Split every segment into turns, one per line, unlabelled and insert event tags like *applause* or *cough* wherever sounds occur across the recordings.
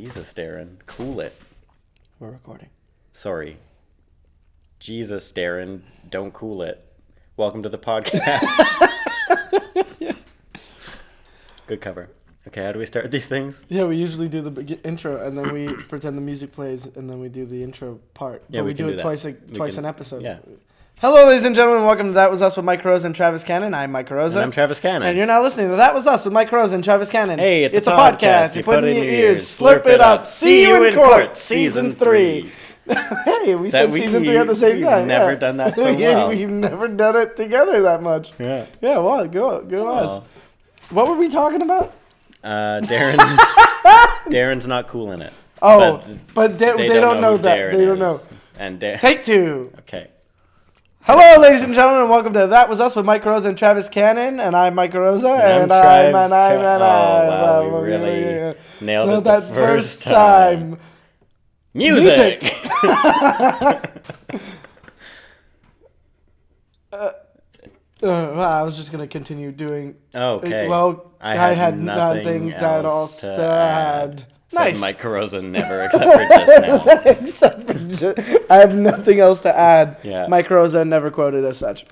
Jesus, Darren, cool it.
We're recording.
Sorry. Jesus, Darren, don't cool it. Welcome to the
*laughs*
podcast. Good cover. Okay, how do we start these things?
Yeah, we usually do the beg- intro and then we *coughs* pretend the music plays and then we do the intro part.
Yeah,
but
we
we,
can
do
do
it
that.
twice a,
We
twice
can-
an episode.
yeah.
Hello, ladies and gentlemen. Welcome to That Was Us with Mike Rose and Travis Cannon. I'm Mike Rose.
And I'm Travis
And you're
Cannon.
now listening to That Was Us with Mike Rose and Travis Cannon.
Hey, it's a podcast.
You put it in your ears, slurp it up. See you in court, season three. *laughs* hey, we said
we-
season three at the same
we've
time.
never
yeah.
done
*laughs*
that so
Yeah,
well.
We've never done it together that much.
Yeah.
Yeah, well, go, go us.
Well,
What were we talking about?
uh, Darren,
*laughs*
Darren's not cool in it.
Oh,
But
but, they, they, don't, know,
who
that.
Darren
they don't
is.
know.
And Darren.
Take two.
okay.
Hello, ladies and gentlemen. and Welcome to That Was Us with Mike Rosa and Travis Cannon. And I'm Mike Rosa. And, I'm,
Trav-
and I'm,
Tra-
and
oh,
I.
wow,
Well,
we
yeah,
really
yeah, yeah.
nailed
Well,
it the
that
first time. Music.
*laughs* Uh, well, I was just going to continue doing.
*laughs* okay.
Well, I had, nothing, that all
else to
sad.
Said
Nice.
Mike Carosa never accepted just
*laughs*
now.
Except for ju- I have nothing else to add.
Yeah.
Mike Rosa never quoted as such.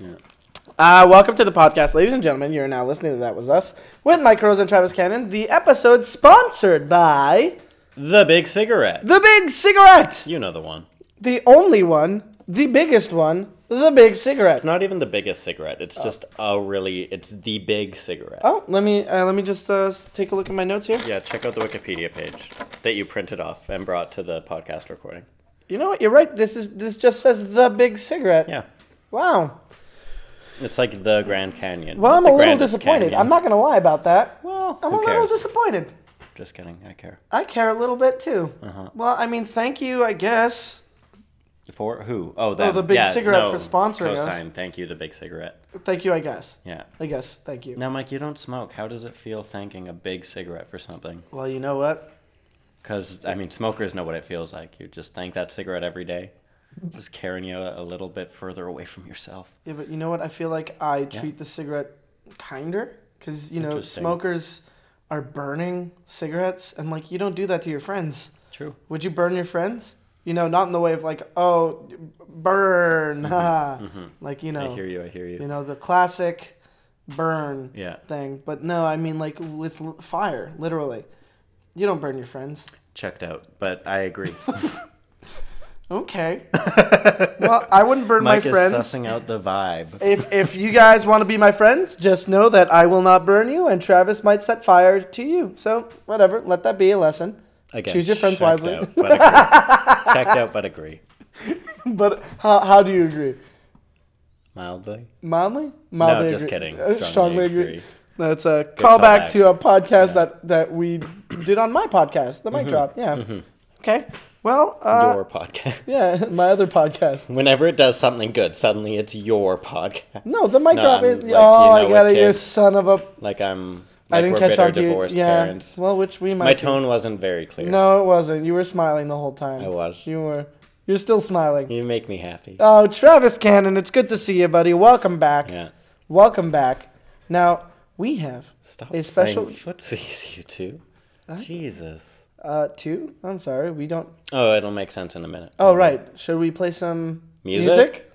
Uh, welcome to the podcast, ladies and gentlemen. You're now listening to That Was Us with Mike Rosa and Travis Cannon. The episode sponsored by
The big cigarette.
The Big Cigarette.
You know the one.
The only one, the biggest one, The Big Cigarette.
It's not even the biggest cigarette. It's just a really. It's the big cigarette.
Oh, let me uh, let me just uh, s- take a look at my notes here.
Yeah, check out the Wikipedia page that you printed off and brought to the podcast recording.
You know what? You're right. This is this just says The Big Cigarette.
Yeah,
Wow.
it's like the Grand Canyon.
Well, I'm
the
a little
grandest
disappointed.
canyon.
I'm not going to lie about that.
Well,
I'm
who
a little
cares?
disappointed.
Just kidding. I care.
I care a little bit too.
Uh-huh.
Well, I mean, thank you, I guess.
For who? Oh, them.
the big
Yeah,
cigarette
no,
for sponsoring us.
cosign. Thank you, the big cigarette.
Thank you, I guess.
Yeah.
I guess, thank you.
Now, Mike, you don't smoke. How does it feel thanking a big cigarette for something?
Well, you know what?
Because, I mean, smokers know what it feels like. You just thank that cigarette every day, just carrying you a little bit further away from yourself.
Yeah, but you know what? I feel like I treat the cigarette kinder because, you know,
Interesting.
smokers are burning cigarettes and, like, you don't do that to your friends.
True.
Would you burn your friends? You know, not in the way of, like, oh, burn. ha. Like, you know,
Mm-hmm. I hear you. I hear you.
you know, the classic burn
Yeah.
thing. But no, I mean, like, with l- fire, literally. You don't burn your friends.
Checked out. But I
*laughs*
agree. *laughs*
Okay. well, I wouldn't burn
Mike
my
is
friends.
sussing out the vibe.
If if you guys want to be my friends, just know that I will not burn you, and Travis might set fire to you. So whatever, let that be a lesson. *laughs*
Again,
Choose your friends
checked
wisely.
out, but agree. checked out, but agree.
But how, how do you agree?
Mildly.
Mildly?
No,
Mildly
just
agree. *laughs*
kidding.
Uh,
Strongly, agree.
That's a callback
callback.
to a podcast that that we did on my podcast, the mic
Mm-hmm.
drop. Yeah. Okay. Well, uh,
Your podcast.
yeah, *laughs* my other podcast.
Whenever it does something good, suddenly it's your podcast. *laughs*
No, the mic
No,
drop
I'm
is.
like, you
oh,
know,
I got
with
it. You
kids.
son of a.
Like I'm. Like
I didn't
we're
catch
bitter
on to you.
divorced
yeah.
parents.
Well, which we might.
My
be.
tone wasn't very clear.
No, it wasn't. You were smiling the whole time.
I was.
You were. You're still smiling.
You make me happy.
Oh, Travis Cannon, it's good to see you, buddy. Welcome back.
Yeah.
Welcome back. Now we have
Stop
a special
playing footsies, *laughs* you two. Jesus.
uh two. I'm sorry, we don't.
Oh, it'll make sense in a minute.
Oh, right. Should we play some
Uh-huh. Music?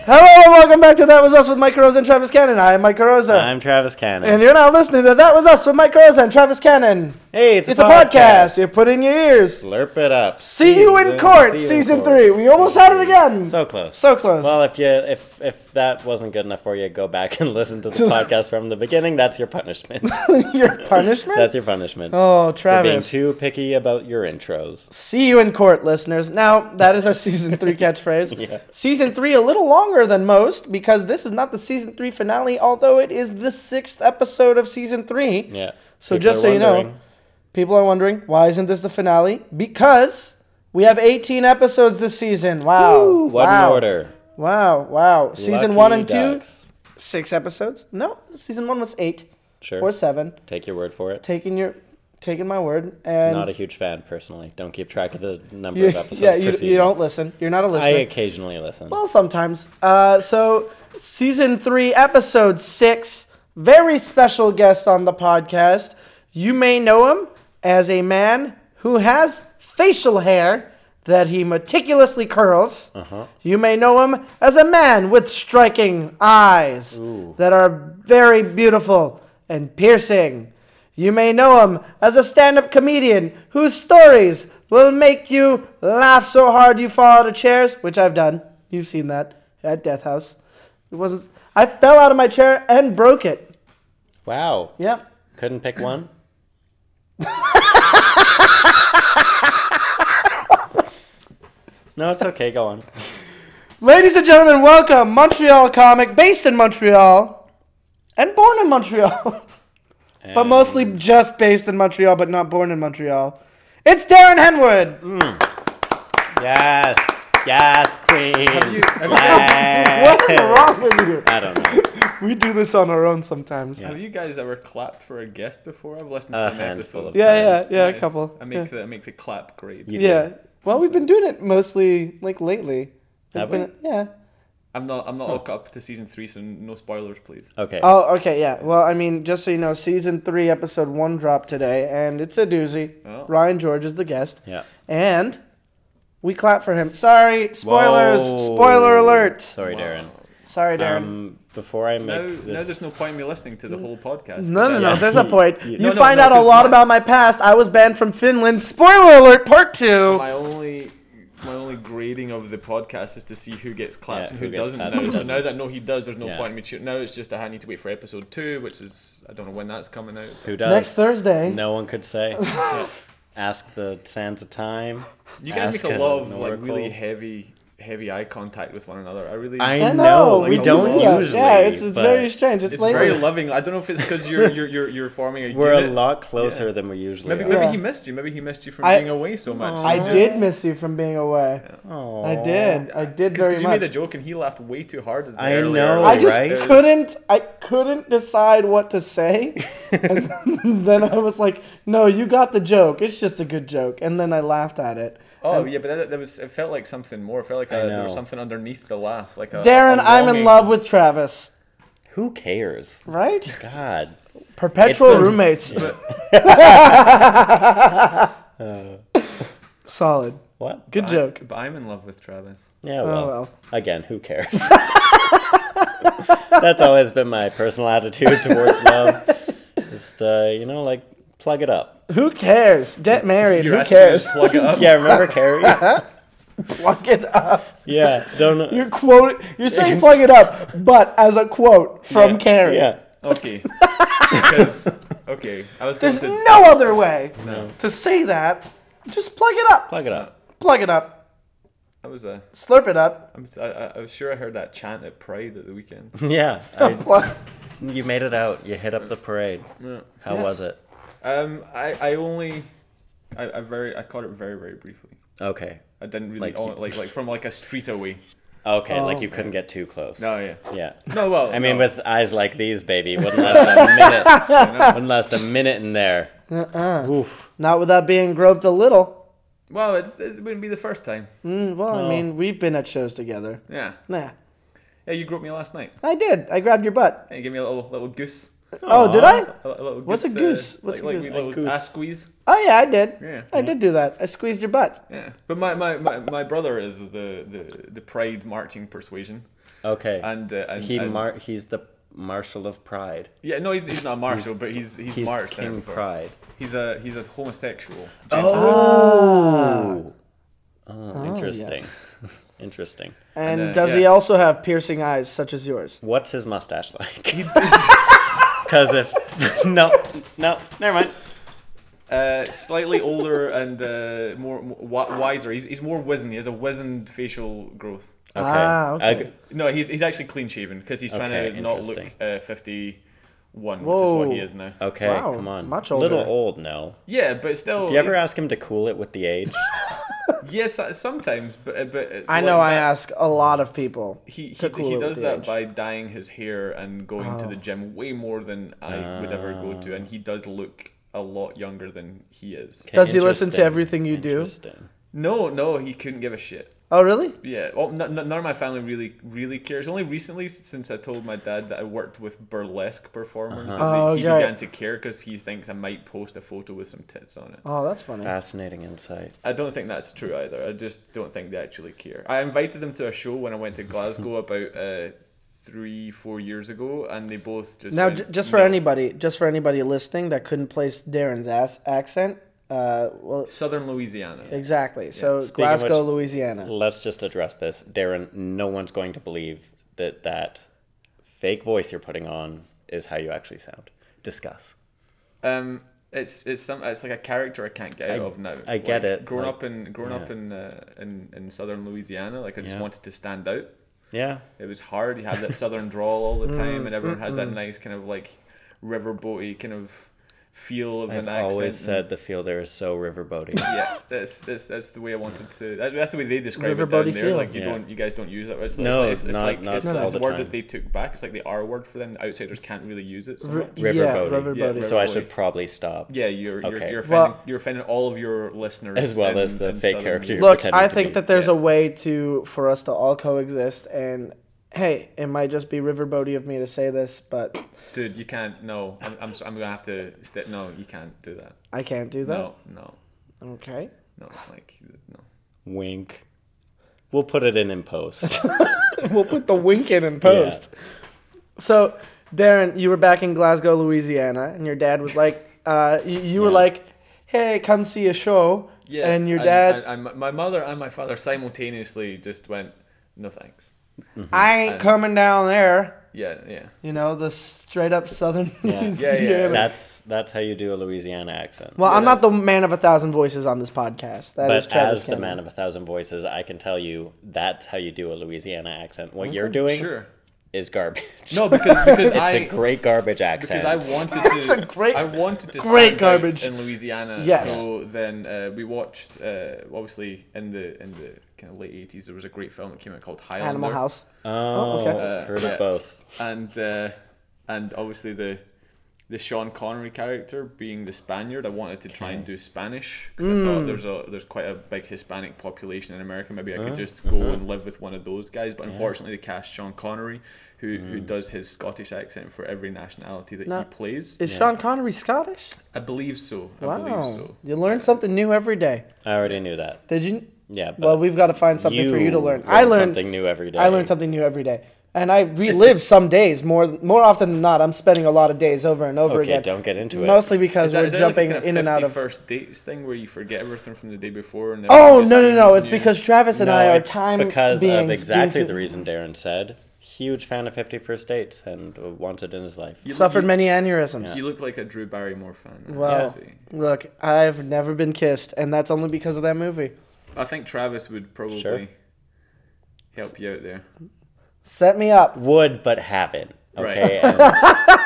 Hello and welcome back to That Was Us with Mike Rosa and Travis Cannon. I am Mike Rosa.
Uh, I'm Travis Cannon.
and you're now listening to That Was Us with Mike Rosa and Travis Cannon.
hey, it's,
It's a podcast. You put in your ears.
Slurp it up.
See you in
Season-
court,
see you in
season
court.
three. We almost had it again.
So close.
So close.
well, if you if if that wasn't good enough for you, go back and *laughs* listen
*laughs*
to the podcast from the beginning. That's your punishment.
your punishment?
That's your punishment.
oh,
for being
Travis.
too picky about your intros.
See you in court, listeners. Now, that is our season
*laughs*
three catchphrase.
Yeah.
Season three, a little longer than most because this is not the season three finale, although it is the sixth episode of season three.
Yeah.
So
People
just
are
so you know,
wondering.
people are wondering why isn't this the finale? Because we have 18 episodes this season. Wow.
What
wow.
in order?
Wow, wow. Season one and
Lucky
two,
ducks.
six episodes. No, season one was eight
Sure.
or seven.
Take your word for it.
Taking your taking my word. And
Not a huge fan personally. Don't keep track of the number
You,
of episodes.
yeah,
per
you,
season.
you don't listen. You're not a
I
listener.
occasionally listen.
Well, sometimes. Uh, so, season three, episode six, very special guest on the podcast. You may know him as a man who has facial hair that he meticulously curls. You may know him as a man with striking eyes that are very beautiful and piercing. You may know him as a stand up comedian whose stories will make you laugh so hard you fall out of chairs, which I've done. You've seen that at Death House. It wasn't. I fell out of my chair and broke it.
wow.
Yep.
Couldn't pick
*laughs*
one. no, it's okay. Go on.
Ladies and gentlemen, welcome Montreal comic based in Montreal and born in Montreal, *laughs* but
And-
mostly just based in Montreal, but not born in Montreal. It's Darren Henwood.
Yes. Yes, queen.
*laughs* What is wrong with you?
I don't know.
We do this on our own sometimes.
Yeah.
Yeah,
Have you guys ever clapped for a guest before? I've listened
A
to some
handful
episodes.
of
yeah, yeah,
Nice.
a couple.
I
yeah.
make the I make the clap grade.
You
Yeah.
do.
Well, we've been doing it mostly like lately. It's
Have
been- Yeah.
I'm not I'm not all caught up to season three, so no spoilers, please.
Okay.
Oh, okay. Yeah. Well, I mean, just so you know, season three, episode one dropped today, and it's a doozy.
Oh.
Ryan George is the guest,
yeah.
and we clap for him. Sorry, spoilers.
Whoa.
Spoiler alert. Sorry,
Sorry,
Wow.
Darren.
Darren.
Um, before I make
Now,
this,
now there's no point in me listening to the whole podcast.
no, no, no.
Yeah. *laughs*
There's a point.
You-
You,
No, no,
find
no,
out a
'cause
lot
my-
about my past. I was banned from Finland. Spoiler alert, part two.
Oh My only my only grading of the podcast is to see who gets claps
Yeah,
and
who
who,
gets
doesn't
claps
now.
and
So
doesn't.
now that no he does, there's no
Yeah.
point in me shooting. Now it's just I need to wait for episode two, which is I don't know when that's coming out.
who does
Next Thursday.
No one could say.
*laughs*
Ask the sands of time.
You guys
Ask
make a
an
lot of like really
oracle.
heavy heavy eye contact with one another. I really
I
I
know.
know,
we
like a
don't
lot.
usually.
Yeah, it's, it's
but
very strange. It's,
It's
lately.
very loving. I don't know if it's because you're you're you're you're forming
*laughs*
a
We're a
unit.
lot closer than we usually
Maybe,
are.
maybe
Yeah.
he missed you. Maybe he missed you from
I-
being away so much.
I
He's just-
did miss you from being away. I
Aw.
did. I did
Oh. 'Cause- 'cause
very
you
much.
made a joke and he laughed way too hard. at the
I
earlier.
know,
I just
right?
couldn't. I couldn't decide what to
*laughs*
say, and then I was like, "No, you got the joke. It's just a good joke." And then I laughed at it.
Oh yeah, but that, that was. It felt like something more. It felt like
I
uh there was
know.
something underneath the laugh. Like Uh, a,
Darren,
i
I'm in love with Travis,
*laughs* Who cares?
right?
God.
Perpetual
*laughs*
the-
roommates. *laughs* Solid.
What?
Good joke.
But I'm in love with Travis.
Yeah,
Oh
well.
well.
Again, who cares? That's always been my personal attitude towards love. Just, uh, you know, like, plug it up.
Who cares?
*laughs*
Get married.
Your
Who
attitude is
cares?
Plug
*laughs*
it up.
Yeah, remember Carrie?
Plug it up.
Yeah, don't know.
You're quote. You're saying plug it up, but as a quote
*laughs*
from
yeah,
Carrie.
Yeah.
*laughs*
Okay. because okay, I was going
There's
to.
no other way to say that. Just plug it up.
Plug it up.
Plug it up.
I was a.
Slurp it up.
I'm, I, I- I was sure I heard that chant at Pride at the weekend.
*laughs*
*laughs*
Yeah. I,
Plug-
you made it out. You hit up the parade.
Yeah.
How was it?
Um, I, I only, I, I very, I caught it very, very briefly.
Okay.
I didn't really
Like
like
you-
like like from like a street away.
Okay, like
Oh.
you couldn't get too close.
No, yeah.
Yeah.
No, well,
I mean,
no.
with eyes like these, baby, wouldn't
*laughs*
last a minute.
know.
wouldn't last a minute in there.
Uh-uh.
Oof.
Not without being groped a little.
well, it's, it wouldn't be the first time.
Mm, well, I
No.
mean, we've been at shows together.
Yeah,
Nah,
yeah. You groped me last night.
I did. I grabbed your butt.
And you gave me a little little goose.
Oh, did I?
A, li- a little
What's a goose?
goose, Uh,
What's
like,
a goose?
like we- little
A goose.
ass squeeze.
Oh yeah, I did.
Yeah.
I did do that. I squeezed your butt.
Yeah, but my, my, my, my brother is the, the, the pride marching persuasion,
Okay.
and, uh, and
he
and-
mar- he's the marshal of pride.
yeah no he's, he's not a marshal but he's he's,
He's
marched there
king
before.
pride.
He's a he's a homosexual. Uh.
Oh. Oh, interesting. *laughs*
yes.
interesting.
And
And, uh,
does
yeah.
he also have piercing eyes such as yours?
What's his mustache *laughs* like? Because if *laughs* no, no, never mind.
Uh, slightly older and uh, more, more wi- wiser. He's, he's more wizened. He has a wizened facial growth.
Okay.
Ah, okay.
I-
No, he's, he's actually clean shaven because he's trying
Okay,
to not look
interesting.
uh, 51, which is what
Whoa.
he is now.
okay.
Wow,
come on.
much
Little
older.
old. No.
Yeah, but still.
Do you ever ask him to cool it with the age?
Yes, uh, sometimes, but uh, but uh,
I
like
know. I
that-
ask a lot of people.
He, he,
to cool
he
it
does
with the Oh.
that
age.
by dyeing his hair and going to the gym way more than I would ever go to, and he does look a lot younger than he is.
Okay,
*laughs* Does he listen to
interesting,
everything you do?
interesting.
No, no, he couldn't give a shit.
Oh, really?
Yeah, well, n- n- none of my family really, really cares. Only recently, since I told my dad that I worked with burlesque performers,
Uh-huh.
that they-
Oh,
he
yeah.
began to care because he thinks I might post a photo with some tits on it.
Oh, that's funny.
Fascinating insight.
I don't think that's true either. I just don't think they actually care. I invited them to a show when I went to Glasgow
*laughs*
about uh, three, four years ago, and they both just
Now,
went,
j- just for
"No."
anybody, just for anybody listening that couldn't place Darren's ass accent, uh, well,
Southern Louisiana.
exactly. So
Speaking of
Glasgow,
which-
Louisiana.
Let's just address this, Darren. No one's going to believe that that fake voice you're putting on is how you actually sound. Discuss.
Um, it's it's some it's like a character I can't get out
I-
of now.
I get
Like,
it,
Growing
like,
up in growing up
yeah.
in, uh, in in Southern Louisiana, like I just
Yeah.
wanted to stand out.
Yeah.
It was hard. You have that Southern drawl all the time,
Mm,
and everyone has that nice kind of like riverboaty kind of feel of
I've
an accent.
always
and-
said the fielder is so riverboaty.
yeah, that's that's that's the way I wanted to. That's, that's the way they describe
Riverboat-y
it down there.
feel.
Like you
Yeah.
don't, you guys don't use that. It's, it's-
No,
it's, it's
not-
like
not
it's,
all
it's
the
a word
time.
that they took back. It's like the R word for them. The outsiders can't really use it. So
R-
much.
*laughs* yeah,
Riverboaty.
riverboaty.
Yeah,
so I
riverboaty.
should probably stop.
Yeah, you're you're,
Okay.
you're offending
Well-
you're offending all of your listeners
As well
in-
as the
in
fake
Southern
character.
Europe.
Look,
pretending
I
to
think
be-
that there's
yeah.
a way to for us to all coexist, and hey, it might just be riverboaty of me to say this, but
Dude, you can't. No, I'm I'm, so- I'm gonna have to. St- no, you can't do that.
I can't do that.
No, no,
Okay. *laughs*
no. Like no.
Wink. We'll put it in in
*laughs*
post.
we'll put the wink in and post. So, Darren, you were back in Glasgow, Louisiana, and your dad was like, *laughs* uh, you, you were
Yeah.
like, hey, come see a show.
Yeah.
and your
I-
dad,
I, I, my mother and my father simultaneously just went, no thanks.
I, ain't
I-
coming down there.
Yeah, yeah.
You know, the straight up *laughs* southern
Yeah.
Louisiana.
Yeah, yeah, yeah.
that's that's how you do a Louisiana accent.
Well, I'm not the
Yes.
man of a thousand voices on this podcast. That is
but
Travis
as the man
of
of a thousand voices, I can tell you that's how you do a Louisiana accent. What you're doing
Oh, Sure.
is *laughs* garbage.
No, because
*laughs*
because
it's
I.
a great garbage accent.
because I wanted to.
That's a great-
I wanted to
great
stand out
garbage.
in Louisiana.
Yes.
So then uh, we watched. Uh, obviously, in the in the kind of late eighties, there was a great film that came out called Highlander.
Animal House.
oh,
okay.
Uh,
heard
yeah.
of both.
And uh, and obviously the the Sean Connery character being the Spaniard, I wanted to try and do Spanish. 'cause I
Hmm.
thought there's a there's quite a big Hispanic population in America. Maybe I could just go and live with one of those guys. But unfortunately, they cast Sean Connery, who who does his Scottish accent for every nationality that
No.
he plays.
Is Sean Connery Scottish?
I believe so. I
Wow.
believe so.
You learn something new every day.
I already knew that.
Did you?
Yeah, but
Well, we've got to find something for you to learn. I learned
Uh, something new every day.
I learn something new every day, and I relive some days more more often than not. I'm spending a lot of days over and over
Okay,
again.
don't get into it.
Mostly because
Is that-
we're
is that like a
jumping
kind of
in and out of.
first dates thing where you forget everything from the day before and
Oh
everything
no
just
no no!
seems
It's
new?
because Travis and
No,
I are
it's
time
because
beings,
of exactly
beings who
the reason Darren said. Huge fan of Fifty First Dates and wanted in his life.
You-
Suffered many aneurysms.
You look like a Drew Barrymore fan. I
Well,
see.
look, I've never been kissed, and that's only because of that movie.
I think Travis would probably
Sure.
help you out there.
Set me up.
Would but haven't.
*laughs*
Okay. And, you know,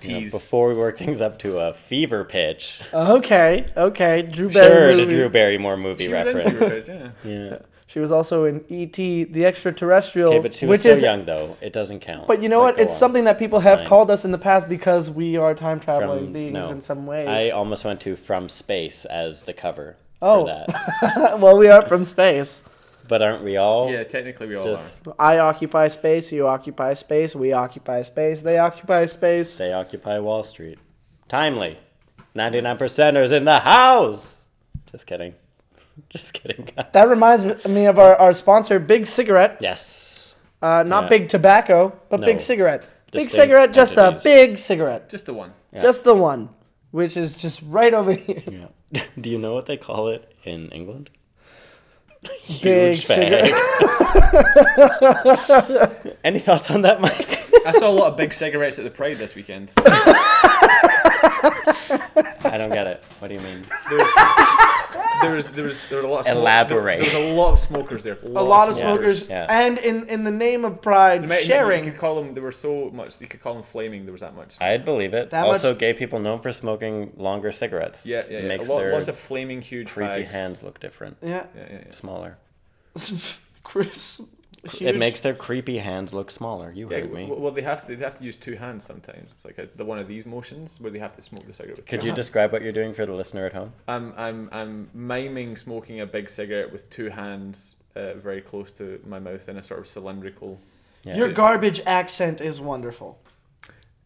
Tease.
before we work things up to a fever pitch,
Okay, okay. Drew
sure, the
Barrymore.
Drew Barrymore movie
She was in
reference. *laughs*
Furious, yeah.
Yeah.
She was also in E.T. the Extraterrestrial,
Okay, but she was
which
so
is
young, though. It doesn't count.
But you know
Like,
what?
go
It's
on.
something that people have
Fine.
called us in the past because we are time traveling
From-
beings
no.
in some ways.
I almost went to From Space as the cover
Oh.
for that.
*laughs* well, we are from space.
But aren't we all?
Yeah, technically we all
Just
I occupy space. You occupy space. We occupy space. They occupy space.
they occupy Wall Street. Timely. 99 percenters in the house. Just kidding. *laughs* Just kidding, guys.
That reminds me of our, our sponsor, Big Cigarette.
yes.
Uh, not
Yeah.
Big Tobacco, but
No.
Big Cigarette. big
Distinct
Cigarette, just
entities.
a big cigarette.
are. Just the one.
Yeah.
Just the one, which is just right over *laughs* here.
Yeah. *laughs* Do you know what they call it in England?
Big
*laughs* Huge
cigarette. *laughs*
bag. *laughs* Any thoughts on that, Mike? *laughs*
I saw a lot of big cigarettes at the Pride this weekend.
I don't get it. What do you mean?
There was there was there were a lot of
Elaborate.
There, there was a lot of smokers there.
A lot of
Yeah.
smokers,
Yeah.
and in, in the name of pride,
You might- You
sharing.
could call them. There were so much. You could call them flaming. There was that much.
I'd believe it.
That
also,
much-
gay people known for smoking longer cigaretes.
Yeah, yeah, yeah.
Makes
a lot,
their
lots of flaming huge
creepy
fags.
*laughs*
hands look different,
Yeah.
Yeah, yeah, yeah.
smaller.
Chris She
it
would-
makes their creepy hands look smaller. You
Yeah,
heard me.
w- well, they have to they have to use two hands sometimes. It's like a, the one of these motions where they have to smoke the cigarette. With
Could
two
you
hands.
describe what you're doing for the listener at home?
I'm I'm I'm miming smoking a big cigarette with two hands uh, very close to my mouth in a sort of cylindrical.
Yeah.
Your garbage accent is wonderful.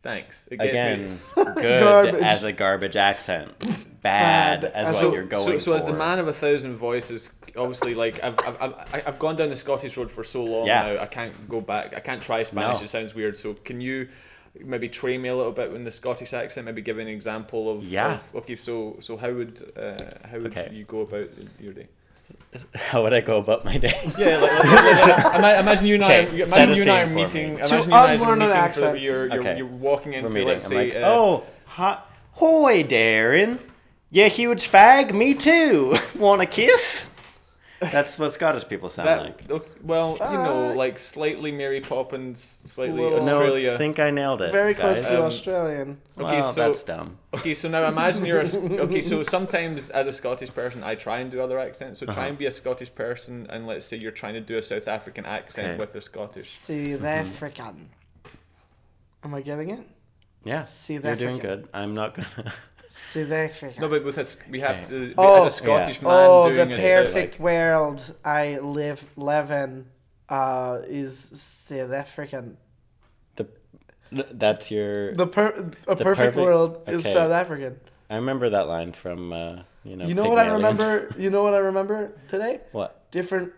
Thanks It gets me-
Again, *laughs*
*laughs*
good
Garbage.
as a garbage accent, bad,
Bad
as
as
what
a-
you're going
so, so as the
for.
man of a thousand voices, obviously, like I've, I've, I've, I've gone down the Scottish road for so long
Yeah.
now, I can't go back. I can't try Spanish.
No.
It sounds weird. So can you maybe train me a little bit in the Scottish accent? Maybe give an example of
Yeah.
of- okay, so so how would uh, how would
Okay.
you go about your day?
How would I go about my *laughs* day?
Yeah, like, like, like,
*laughs*
like, ima- imagine you and I,
Okay, set a
imagine you and I are
scene for me.
meeting.
To
Imagine you and I are
unlearn an
meeting for
accent.
you're, you're,
Okay.
you're walking into
We're meeting.
let's
I'm
say
like,
uh,
oh, hi, hoy, Darren. You huge fag, me too. *laughs* Want a kiss? That's what Scottish people sound
that,
like.
okay, well you know
Uh,
like slightly Mary Poppins, slightly
Little- No,
No,
Australia.
I think I nailed it.
Very close
guys.
to
Um,
Australian.
okay,
Well,
so
that's *laughs* dumb.
Okay, so now imagine you're a,
*laughs*
okay. So sometimes, as a Scottish person, I try and do other accents. So
Uh-huh.
try and be a Scottish person, and let's say you're trying to do a South African accent
Okay.
with the
Mm-hmm.
Scottish.
South African. Am I getting it?
Yeah,
See,
you're doing
African.
good. I'm not gonna. *laughs*
South African.
No, but with us, we have to. we-
Oh.
as a Scottish
Yeah.
man
oh, the
doing a-
perfect world I live live in uh, is South African.
The, that's your.
The per a perfect,
perfect-
world is
okay.
South African.
I remember that line from uh, you know.
You know what I
Pygmalion.
remember? You know what I remember today?
What
Different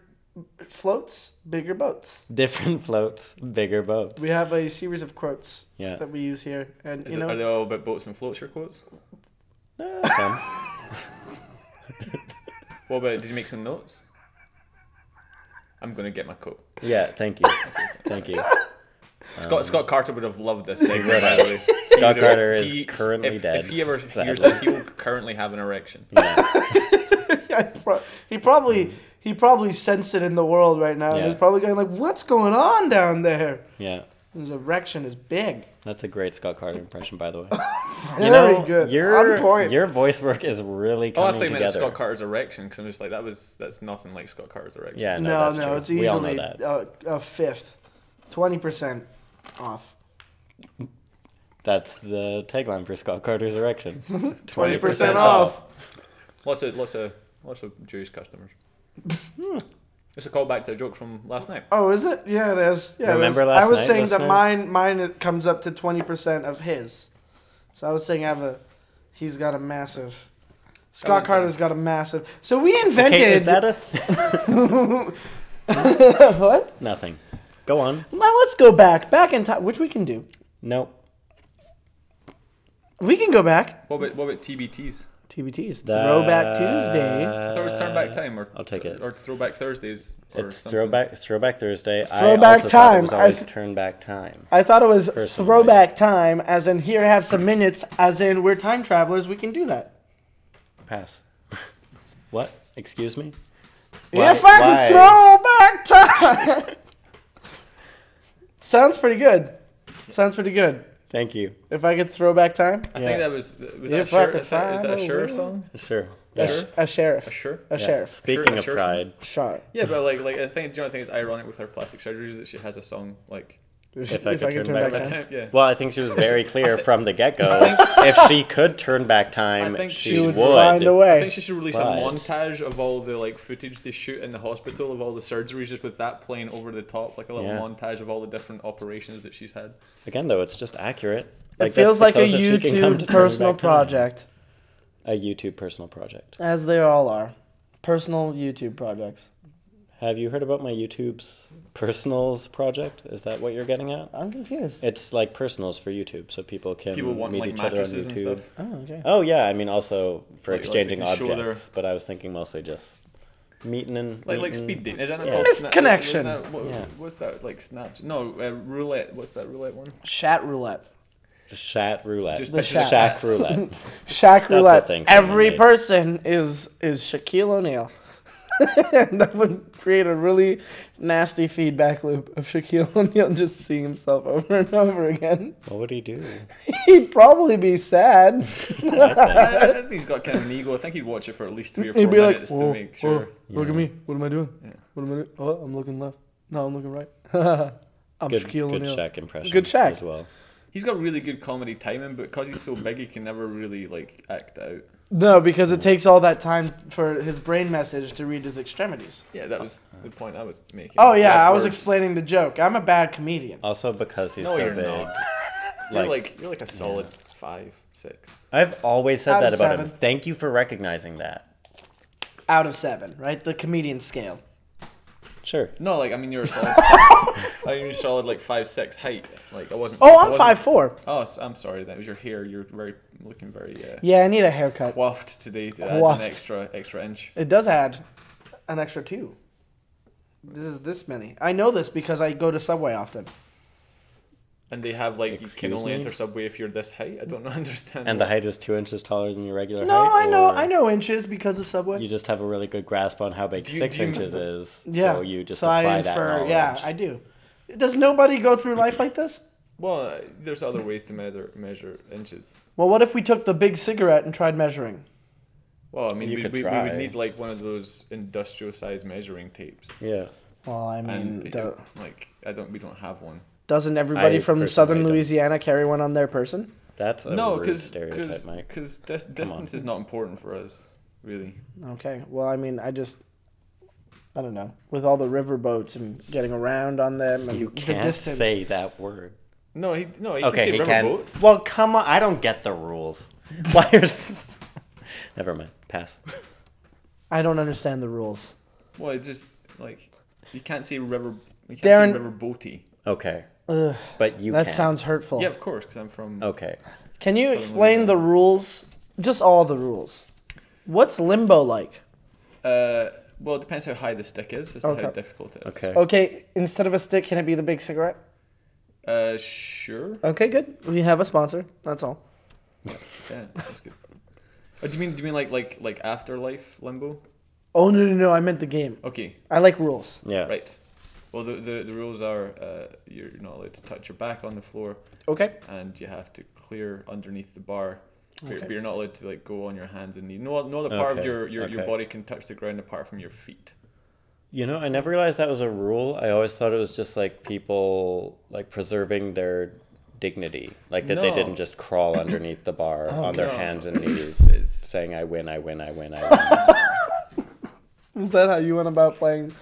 floats, bigger boats.
different *laughs* floats, bigger boats.
We have a series of quotes
Yeah.
that we use here, and
Is
you
it-
know,
are they all about boats and floats? Your quotes.
No, it's fine.
What about? Did you make some notes? I'm gonna get my coat.
yeah, thank you, thank
*laughs*
you.
Scott Scott Carter would have loved this segment.
Um, would
by
have.
the way. He
Scott
would have-
Carter is currently
if,
dead,
If he ever hears
sadly.
this, he will currently have an erection.
Yeah.
*laughs* I pro- he probably he probably sensed it in the world right now. and
Yeah.
He's probably going like, "What's going on down there?"
yeah,
His erection is big.
that's a great Scott Carter impression, by the
*laughs*
way.
Very
You know,
good.
Your,
On point.
your voice work is really
Oh, I
coming
thought you meant
together.
Scott Carter's erection because I'm just like that was that's nothing like Scott Carter's erection.
yeah, no,
no,
that's
no,
true.
it's
We all know
easily
that.
a, a fifth, twenty percent off.
That's the tagline for Scott Carter's
*laughs*
erection.
20%
20%
off.
Lots of lots of lots of Jewish customers.
Hmm.
it's a callback to a joke from last night.
Oh, is it? Yeah, it is. Yeah, it is.
Remember last
I was
night,
saying that
listeners?
mine mine it comes up to twenty percent of his. So I was saying I have a he's got a massive Scott
was
Carter's got a massive. So we invented
Okay, is that a th- *laughs*
*laughs* what?
nothing? Go on.
Now let's go back, back in time, which we can do.
Nope.
We can go back.
What about what about TBTs?
TBT's Throwback Tuesday.
I thought it was Turnback Time or
Uh, I'll take it.
or Throwback Thursdays. Or
It's
something.
throwback. It's throwback Thursday. I
Throwback
also thought
time.
It was
I
always
th-
turn back time.
I thought it was
Personally.
throwback time, as in here have some minutes, as in we're time travelers. We can do that.
Pass. *laughs* what? Excuse me.
if I
why-
could throw back time. *laughs* Sounds pretty good. Sounds pretty good.
Thank you.
If I could throw back time,
I
Yeah.
think that was was that
If I
sure,
could
is that, is that
find
a
a
sure
way.
song?
Sure.
a,
Yeah.
sh-
Sure.
a sheriff,
A sure.
a
Yeah.
sheriff,
Speaking
Sure,
of
sure.
pride,
shot.
Yeah, but like like I think do you know I think it's ironic with her plastic surgery is that she has a song like
If I could turn back
by the time- yeah.
well, I think she was
*laughs*
very clear from the get-go. if she could turn back
I
time,
think
she,
she
you would
would.
find a
I think
way.
she should release
But-
a montage of all the like footage they shoot in the hospital of all the surgeries, just with that playing over the top, like a little
Yeah.
montage of all the different operations that she's had.
Again, though, it's just accurate.
It
that's
feels
the
like a
closest she can come to
YouTube
turning
personal
back time.
project,
A YouTube personal project.
as they all are. Personal YouTube projects.
Have you heard about my YouTube's personals project? Is that what you're getting at?
I'm confused.
It's like personals for YouTube, so people can
People want
meet
like
each other on
mattresses and
YouTube.
stuff.
Oh, okay.
Oh yeah, I mean also for
Like- like they
exchanging
can show their-
objects, but I was thinking mostly just meeting and
Like like
meeting-
speed dating, is that not
Mm-hmm. Yeah.
called sna-
Misconnection.
what's that- what-
Yeah.
What's that like snaps? No, uh, roulette. What's that roulette
*laughs*
one?
Chat roulette.
Chat roulette.
Just
The
pictures of
Shack
cats. *laughs*
roulette.
Shaq
a
roulette.
thing someone
Every
made.
person is is Shaquille O'Neal. *laughs* that would create a really nasty feedback loop of Shaquille *laughs* O'Neal just seeing himself over and over again. *laughs*
what would he
*laughs*
do?
He'd probably be sad.
I, I think he's got kind of an ego. I think he'd watch it for at least three or 4
He'd be like,
minutes to
"Whoa,
make sure.
whoa, look at me. What am I doing?
Yeah.
What am I doing? Oh, I'm looking left. No, I'm looking right. *laughs* I'm
Good,
Shaquille
good
O'Neal.
Shaq impression.
Good Shaq.
as well.
He's got really good comedy timing, but because he's so big, he can never really like act out.
No, because it takes all that time for his brain message to read his extremities.
Yeah, that was the point I was making.
Oh yeah,
Less
I was
words.
explaining the joke. I'm a bad comedian.
Also because he's
No,
so
you're
big.
not. *laughs*
Like,
You're like you're like a solid five, six.
I've always said
Out of
that about him.
seven.
Thank you for recognizing that.
Out of seven, right? The comedian scale.
Sure.
No, like I mean you're
*laughs*
a solid. I mean you're a solid like five six height. Like I wasn't.
Oh,
I
I'm
wasn't-
five four.
Oh, s- I'm sorry. That was your hair. You're very looking very uh,
Yeah, I need a haircut.
coiffed today. To add
Coiffed.
an extra extra inch.
It does add an extra two. This is this many. I know this because I go to Subway often.
And they have like you can
Excuse
only
me?
enter subway if you're this height. I don't *laughs* know- understand.
And the height is two inches taller than your regular
No,
height.
I know,
or
I know inches because of Subway.
You just have a really good grasp on how big
Do you-
six
do you-
inches is.
yeah.
So you just
So I
apply that
infer-
knowledge.
Yeah, I do. Does nobody go through life like this?
Well, uh, there's other ways to measure measure inches.
Well, what if we took the big cigarette and tried measuring?
Well, I mean,
You
we,
could
we, we
try.
would need like one of those industrial size measuring tapes.
Yeah.
Well, I mean,
And
do-
like, I don't. We don't have one.
doesn't everybody
I
from
personally
southern
don't.
Louisiana carry one on their person?
That's a
no,
rude
because
stereotype, Mike.
because dis- distance is not important for us, really.
Okay. Well, I mean, I just, I don't know. With all the river boats and getting around on them and
You
the
can't
distance.
say that word.
No, he no. He
Okay,
can say
he
river
can.
boats.
Well, come on. I don't get the
*laughs*
rules. Why are? s- Never mind. Pass.
I don't understand the rules.
Well, it's just like you can't say river. You can't
Darren-
say river boaty.
Okay.
Ugh,
But you.
that
can.
sounds
Oh.
hurtful.
Yeah, of course, because I'm from.
Okay.
Can you explain the rules? Just all the rules. What's limbo like?
Uh, well, it depends how high the stick is as to how
Okay.
difficult it is.
Okay.
Okay, instead of a stick, can it be the big cigarette?
Uh, sure.
Okay, good. We have a sponsor. That's all.
Yeah, that's good. Oh, do you mean do you mean like like like afterlife limbo?
Oh no no no! I meant the game.
Okay,
I like rules.
Yeah.
right. Well, the the, the rules are uh, you're not allowed to touch your back on the floor,
Okay.
and you have to clear underneath the bar. But you're-
Okay.
But you're not allowed to like go on your hands and knees. No, no other part of
Okay,
your your, your
okay.
body can touch the ground apart from your feet.
You know, I never realized that was a rule. I always thought it was just like people like preserving their dignity, like that they
No. Oh,
didn't just
*clears throat*
crawl underneath the bar on their
no.
hands
*clears throat*
and knees,
It's-
saying "I win, I win, I win,
*laughs*
I win."
*laughs* Is that how you went about playing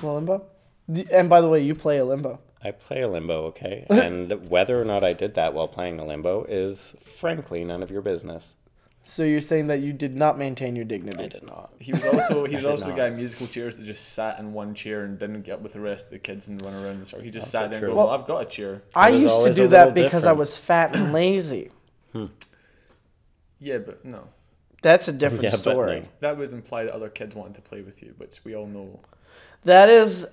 the limbo? D- And by the way, you play a limbo.
I play a limbo, okay? And whether or not I did that while playing a limbo is frankly none of your business.
So you're saying that you did not maintain your dignity.
I did not.
He was also *laughs* he was
did
also the
not.
guy in musical chairs that just sat in one chair and didn't get up with the rest of the kids and run around. So he just
Also
sat there and
true.
go, well, I've got a chair.
I
was
used to
always a
do that
little
because I
different.
was fat and lazy.
Yeah, but no,
That's a
*laughs*
different
Yeah, but
story.
no.
that would imply that other kids wanted to play with you, which we all know.
That is,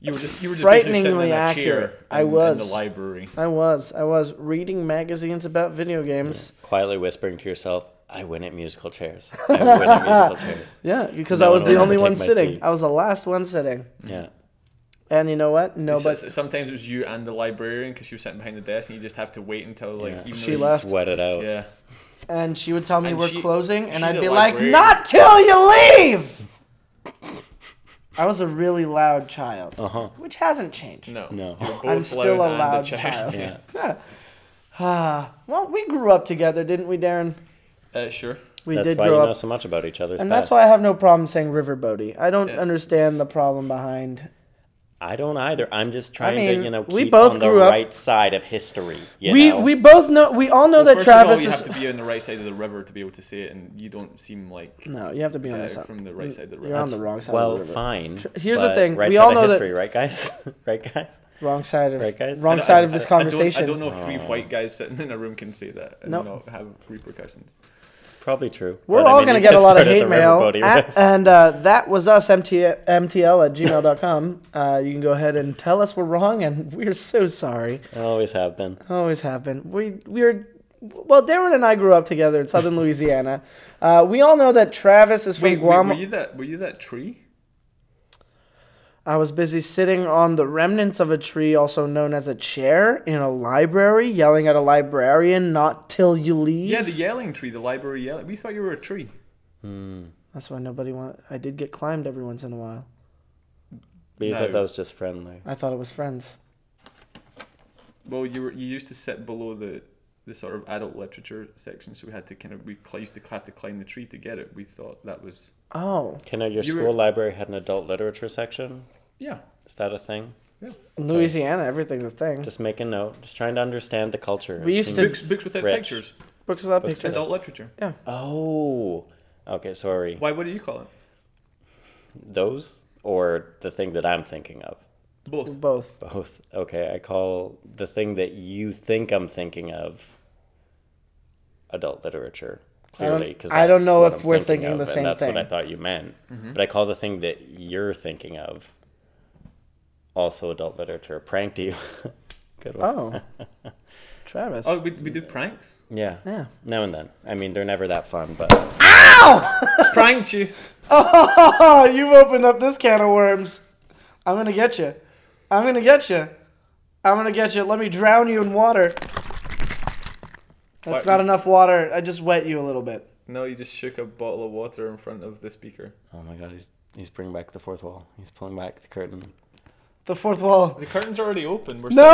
You were just you were just basically sitting in
Frighteningly
a
accurate.
chair.
I
in- in the
was.
library.
I was, I was reading magazines about video games.
Quietly whispering to yourself, I win at musical chairs. I win at musical
*laughs*
chairs.
Yeah, because
No
I
one
was
will
the
ever
only
take
one
my
sitting.
seat.
I was the last one sitting.
Yeah.
And you know what? Nobody.
S- sometimes it was you and the librarian because she was sitting behind the desk, and you just have to wait until like
yeah.
even
She
though you-
left.
Sweat it out.
Yeah,
And she would tell me
And
we're
she-
closing, and
she's
I'd
a
be like,
librarian.
"Not till you leave." I was a really loud child,
Uh huh.
which hasn't changed.
no,
*laughs*
No.
You were both
I'm still
loud
a
and
loud
child.
child.
Yeah.
Yeah. Ah, well, we grew up together, didn't we, Darren?
Uh, sure.
We
that's
did
why
grow
you
up,
know so much about each other's
and
past.
that's why I have no problem saying river boaty. I don't
Yeah.
understand the problem behind.
I don't either. I'm just trying
mean,
to, you know, keep
we both
on the
grew up-
right side of history. You
we
know?
we both know we all know that
First
Travis
of all, you
is.
have to be on the right side of the river to be able to say it, and you don't seem like
No, you have to be on
uh,
this side.
from the right side of the river.
You're on the wrong side of
well,
the river.
fine.
here's the
but
thing,
Right
we
side
all
of
know that-
history, right, guys? *laughs* right, guys?
Wrong side of
Right, guys?
wrong
I-
side
I-
of this
I- I don't-
conversation.
I don't, know if three white guys sitting in a room can say that and
Nope.
not have repercussions.
It's probably true.
We're
But, I
all
mean,
going to
you
get a
just
lot of
started
hate
the river
mail.
boating,
At-
right?
*laughs*
*laughs*
and uh, that was us, MTL, MTL at gmail.com. Uh, you can go ahead and tell us we're wrong, and *laughs* we're so sorry.
I always have been.
Always happen. We, we're, well, Darren and I grew up together in
*laughs*
southern Louisiana. Uh, we all know that Travis is from
Wait, wait,
Guam.
were you that? Were you that tree?
I was busy sitting on the remnants of a tree, also known as a chair, in a library, yelling at a librarian, not till you leave.
Yeah, the yelling tree, the library yelling. We thought you were a tree.
That's why nobody wanted. I did get climbed every once in a while.
But you thought
No.
that was just friendly.
I thought it was Friends.
Well, you were you used to sit below the the sort of adult literature section, so we had to kind of we cl- used to have to climb the tree to get it. We thought that was
Oh,
Can I, your
You were-
school library had an adult literature section?
yeah.
Is that a thing?
in Louisiana, everything's a thing.
Just make a note. Just trying to understand the culture.
We
It
used to-
seems
Books, books without
rich.
pictures,
Books without
Books
pictures.
adult literature.
Oh, okay. Sorry.
Why? What do you call it?
Those or the thing that I'm thinking of.
Both.
Both.
Both. Okay, I call the thing that you think I'm thinking of adult literature. Clearly,
don't- I don't
that's
know
what
if
I'm
we're thinking
of,
the
and
same
that's
thing. Mm-hmm.
what I thought you meant. But I call the thing that you're thinking of also adult literature. Pranked you. *laughs* Good one.
Oh, Travis.
Oh, we, we do pranks.
Yeah.
Yeah.
Now and then. I mean, they're never that fun, but oh
Pranked you.
Oh, *laughs* you've opened up this can of worms. I'm gonna get you. I'm gonna get you. I'm gonna get you. Let me drown you in water. That's
What?
not enough water. I just wet you a little bit.
No, you just shook a bottle of water in front of the speaker.
oh my god, he's he's bringing back the fourth wall. He's pulling back the curtain.
The fourth wall.
The curtains are already open. We're
No!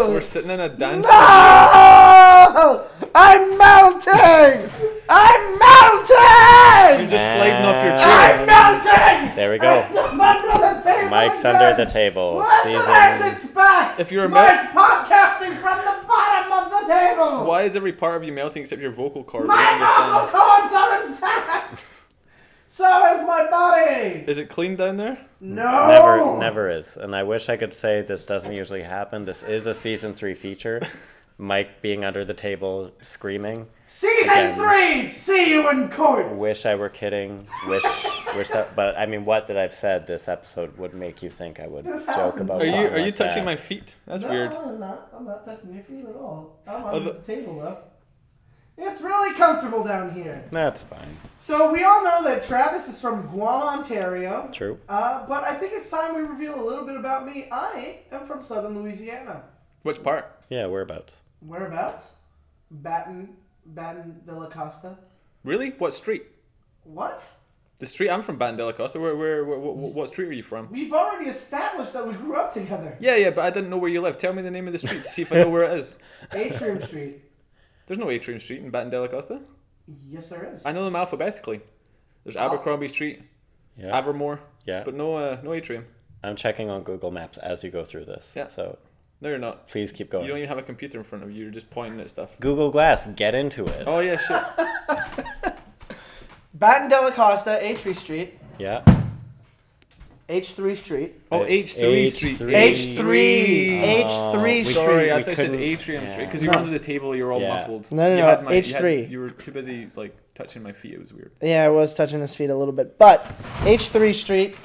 Sitting, we're sitting in a dance.
No! I'm melting! I'm
You're
melting!
just sliding off your chair.
I'm melting!
There we go.
*laughs* I'm under the table
Mike's
again!
under the table. Season.
Exit's back!
If you're a
Mike
mel-
podcasting from the bottom of the table!
Why is every part of you melting except your vocal cord? We
My
don't
vocal
understand.
cords are intact! so is my body!
Is it clean down there?
No!
Never, never is. And I wish I could say this doesn't usually happen. This is a season three
*laughs*
feature. Mike being under the table screaming.
Season
Again.
3! See you in court!
Wish I were kidding. Wish, wish that. But I mean, what that I've said this episode would make you think I would joke about.
Are you
something
are you
like
touching
that.
my feet? That's weird.
No, I'm not. I'm not touching your feet at all. I'm
Oh,
under
the-
the table though. It's really comfortable down here.
That's fine.
So we all know that Travis is from Guam, Ontario.
True.
Uh, but I think it's time we reveal a little bit about me. I am from Southern Louisiana.
Which part?
Yeah, whereabouts?
Whereabouts? Baton, Baton de la Costa.
Really? What street?
What?
The street I'm from, Baton de la Costa. Where, where, where, what, what street are you from?
We've already established that we grew up together.
Yeah, yeah, but I didn't know where you live. Tell me the name of the street to see if I know where it is.
*laughs* Atrium Street.
There's no Atrium Street in Baton de la Costa.
Yes, there is.
I know them alphabetically. There's Abercrombie Street,
Yeah.
Avermore,
Yeah.
but no, uh, no Atrium.
I'm checking on Google Maps as you go through this.
Yeah.
So
No, you're not.
please keep
You don't
going.
even have a computer in front of you. You're just pointing at stuff.
Google Glass, get into it.
Oh yeah,
*laughs*
shit.
Baton de la Costa, Atri Street,
Yeah.
H3 Street,
Oh, H three Street.
H3.
H3,
H3.
H3
we
Street.
Sorry, I
We
thought you said
couldn't-
Atrium Street because you
No.
were under the table. You're all
Yeah.
muffled.
No, no,
you
no,
Had my, you,
H3.
had, you were too busy like touching my feet. It was weird.
Yeah, I was touching his feet a little bit. But H3 Street,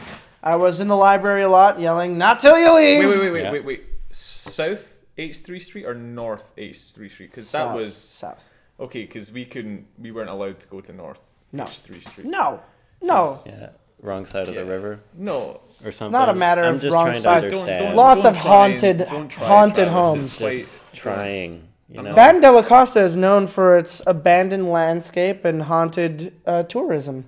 I was in the library a lot yelling, not till you leave.
Wait, wait, wait, wait,
Yeah.
wait, wait. South H three Street or North H three Street? Because that
South,
was
South.
okay. Because we couldn't, we weren't allowed to go to North
No.
H three Street.
No, no.
Yeah. Wrong side of
Yeah.
the river
No,
or something.
not a matter
I'm
of
just
wrong
trying
side.
to
Don't-
don't,
understand.
don't,
Lots
don't
of
try and-
haunted-
don't try,
haunted
Travis, it's
Just
quite-
trying. You
I'm
know.
not-
Baton de la Costa is known for its abandoned landscape and haunted uh, tourism.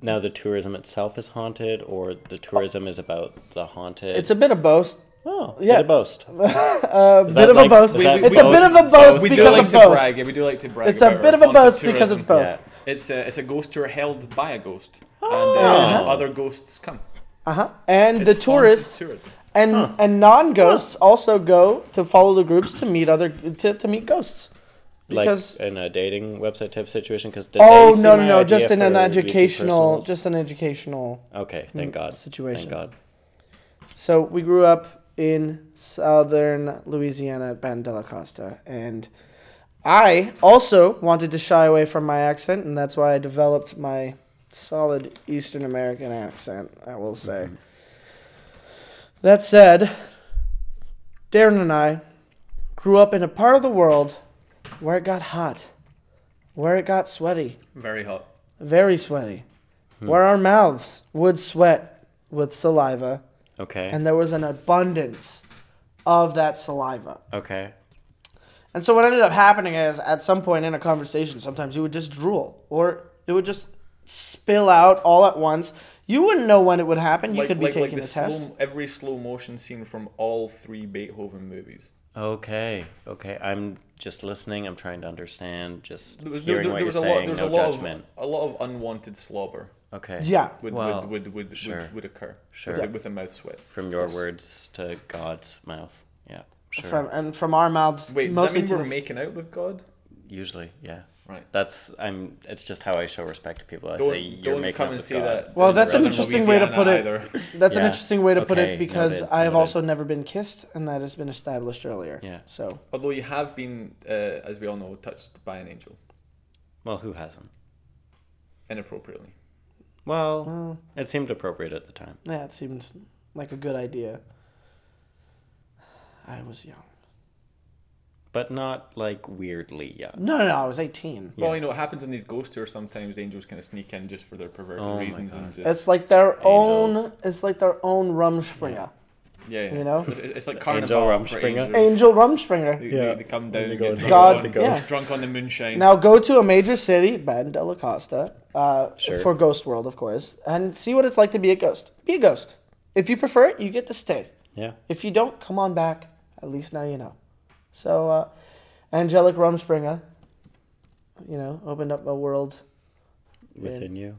Now the tourism itself is haunted, or the tourism is about the haunted.
It's a bit of both.
oh,
yeah.
yeah, a
*laughs*
boast.
A bit of a
like-
boast.
is that
It's a
both?
bit of a boast
We do
because
like
of
to
both.
brag. Yeah, we do like to brag.
It's a
about our
bit of a
haunted
boast because
tourism.
it's both. Ah.
Yeah.
It's a it's a ghost tour held by a ghost, and uh, other ghosts come.
Uh huh. And the
It's haunted
Uh-huh. tourists
tourism.
and and non ghosts also go to follow the groups to meet other to, to meet ghosts. Because
like in a dating website type situation. Because
oh no no no just in an educational just an educational.
okay. Thank God.
situation.
Thank God.
So we grew up in southern Louisiana at Baton de la Costa, and I also wanted to shy away from my accent, and that's why I developed my solid Eastern American accent. I will say. That said, Darren and I grew up in a part of the world where it got hot, where it got sweaty,
Very hot.
very sweaty, where our mouths would sweat with saliva,
Okay.
and there was an abundance of that saliva.
okay.
And so what ended up happening is at some point in a conversation, sometimes you would just drool or it would just spill out all at once. You wouldn't know when it would happen. You
Like,
could be
like, like
taking
the
the, test.
slow, every slow motion scene from all three Beethoven movies.
Okay, okay. I'm just listening. I'm trying to understand. Just
There was, there,
hearing
there
what
was
you're
a lot,
saying.
there's
no
a lot
judgment.
of a lot of unwanted slobber
Okay.
Yeah.
would
Well,
would, would, would,
sure.
would, would occur
Sure.
with, with a mouth sweat.
From your words to God's mouth. Yeah. Sure.
From and from our mouths,
Wait, does
mostly
that
to
mean we're
the-
making out with God?
Usually, yeah.
Right.
That's I'm. It's just how I show respect to people. I
Don't,
say you're
don't
making
come
up
and
with
see
God.
that.
Well,
in
that's an
Southern
interesting way to put it.
Louisiana either.
That's an
Yeah.
interesting way to put
Okay,
it because
noted,
I have
noted.
also never been kissed, and that has been established earlier.
Yeah.
So
Although you have been, uh, as we all know, touched by an angel
Well, who hasn't?
inappropriately.
Well,
Well.
it seemed appropriate at the time.
yeah, it seems like a good idea. I was young.
but not like weirdly young.
No, no, no I was eighteen.
Well, you know, it happens in these ghost tours sometimes. Angels kind of sneak in just for their perverted
Oh my
reasons and
God.
just
It's like their
Angels.
own. It's like their own Rumspringer.
yeah, yeah.
you know?
it's, it's like
Angel
carnival for
Rumspringa.
angels.
Angel Rumspringer.
They,
Yeah.
they, they come
And they
down and
go
get
to
drunk,
God,
on,
yes.
drunk on the moonshine.
Now go to a major city, Baden de la Costa, uh,
Sure.
for Ghost World, of course, and see what it's like to be a ghost. Be a ghost. If you prefer it, you get to stay.
Yeah.
If you don't, come on back. At least now you know. So, uh, Angelic Rumspringer, you know, opened up a world.
Within you.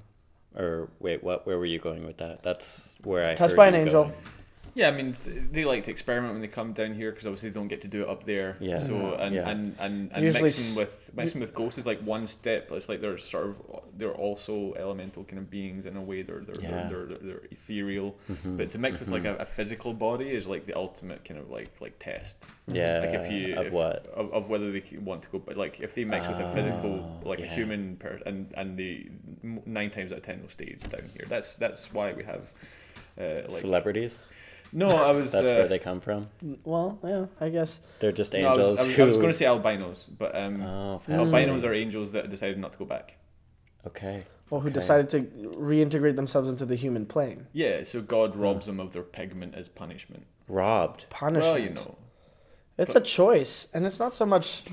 Or wait, what? Where were you going with that? That's where I
Touched
heard
by an
you
angel.
going.
Yeah, I mean, th- they like to experiment when they come down here because obviously they don't get to do it up there.
Yeah.
So and
Yeah.
and and, and
Usually s-
mixing with mixing with ghosts is like one step. It's like they're sort of they're also elemental kind of beings in a way. They're they're
Yeah. Mm-hmm.
they're, they're, they're ethereal, but to mix with like a, a physical body is like the ultimate kind of like like test.
Yeah.
Like if you
Uh, of
if-
what?
of, of whether they c- want to go, but like if they mix with a physical
Ah,
like a
yeah.
human person, and and they m- nine times out of ten will stay down here. That's that's why we have. Uh, like
Celebrities.
no, I
*laughs*
was.
That's
uh,
where they come from.
Well, yeah, I guess.
They're just
No, I was,
angels.
I was,
who...
I was going to say albinos, but um,
Oh,
Mm.
albinos
fascinating.
are angels that decided not to go back.
Okay.
Well, who
Okay.
decided to reintegrate themselves into the human plane?
Yeah, so God robs them of their pigment as punishment.
Robbed.
Punishment.
Well, you know,
It's a choice, and it's not so much.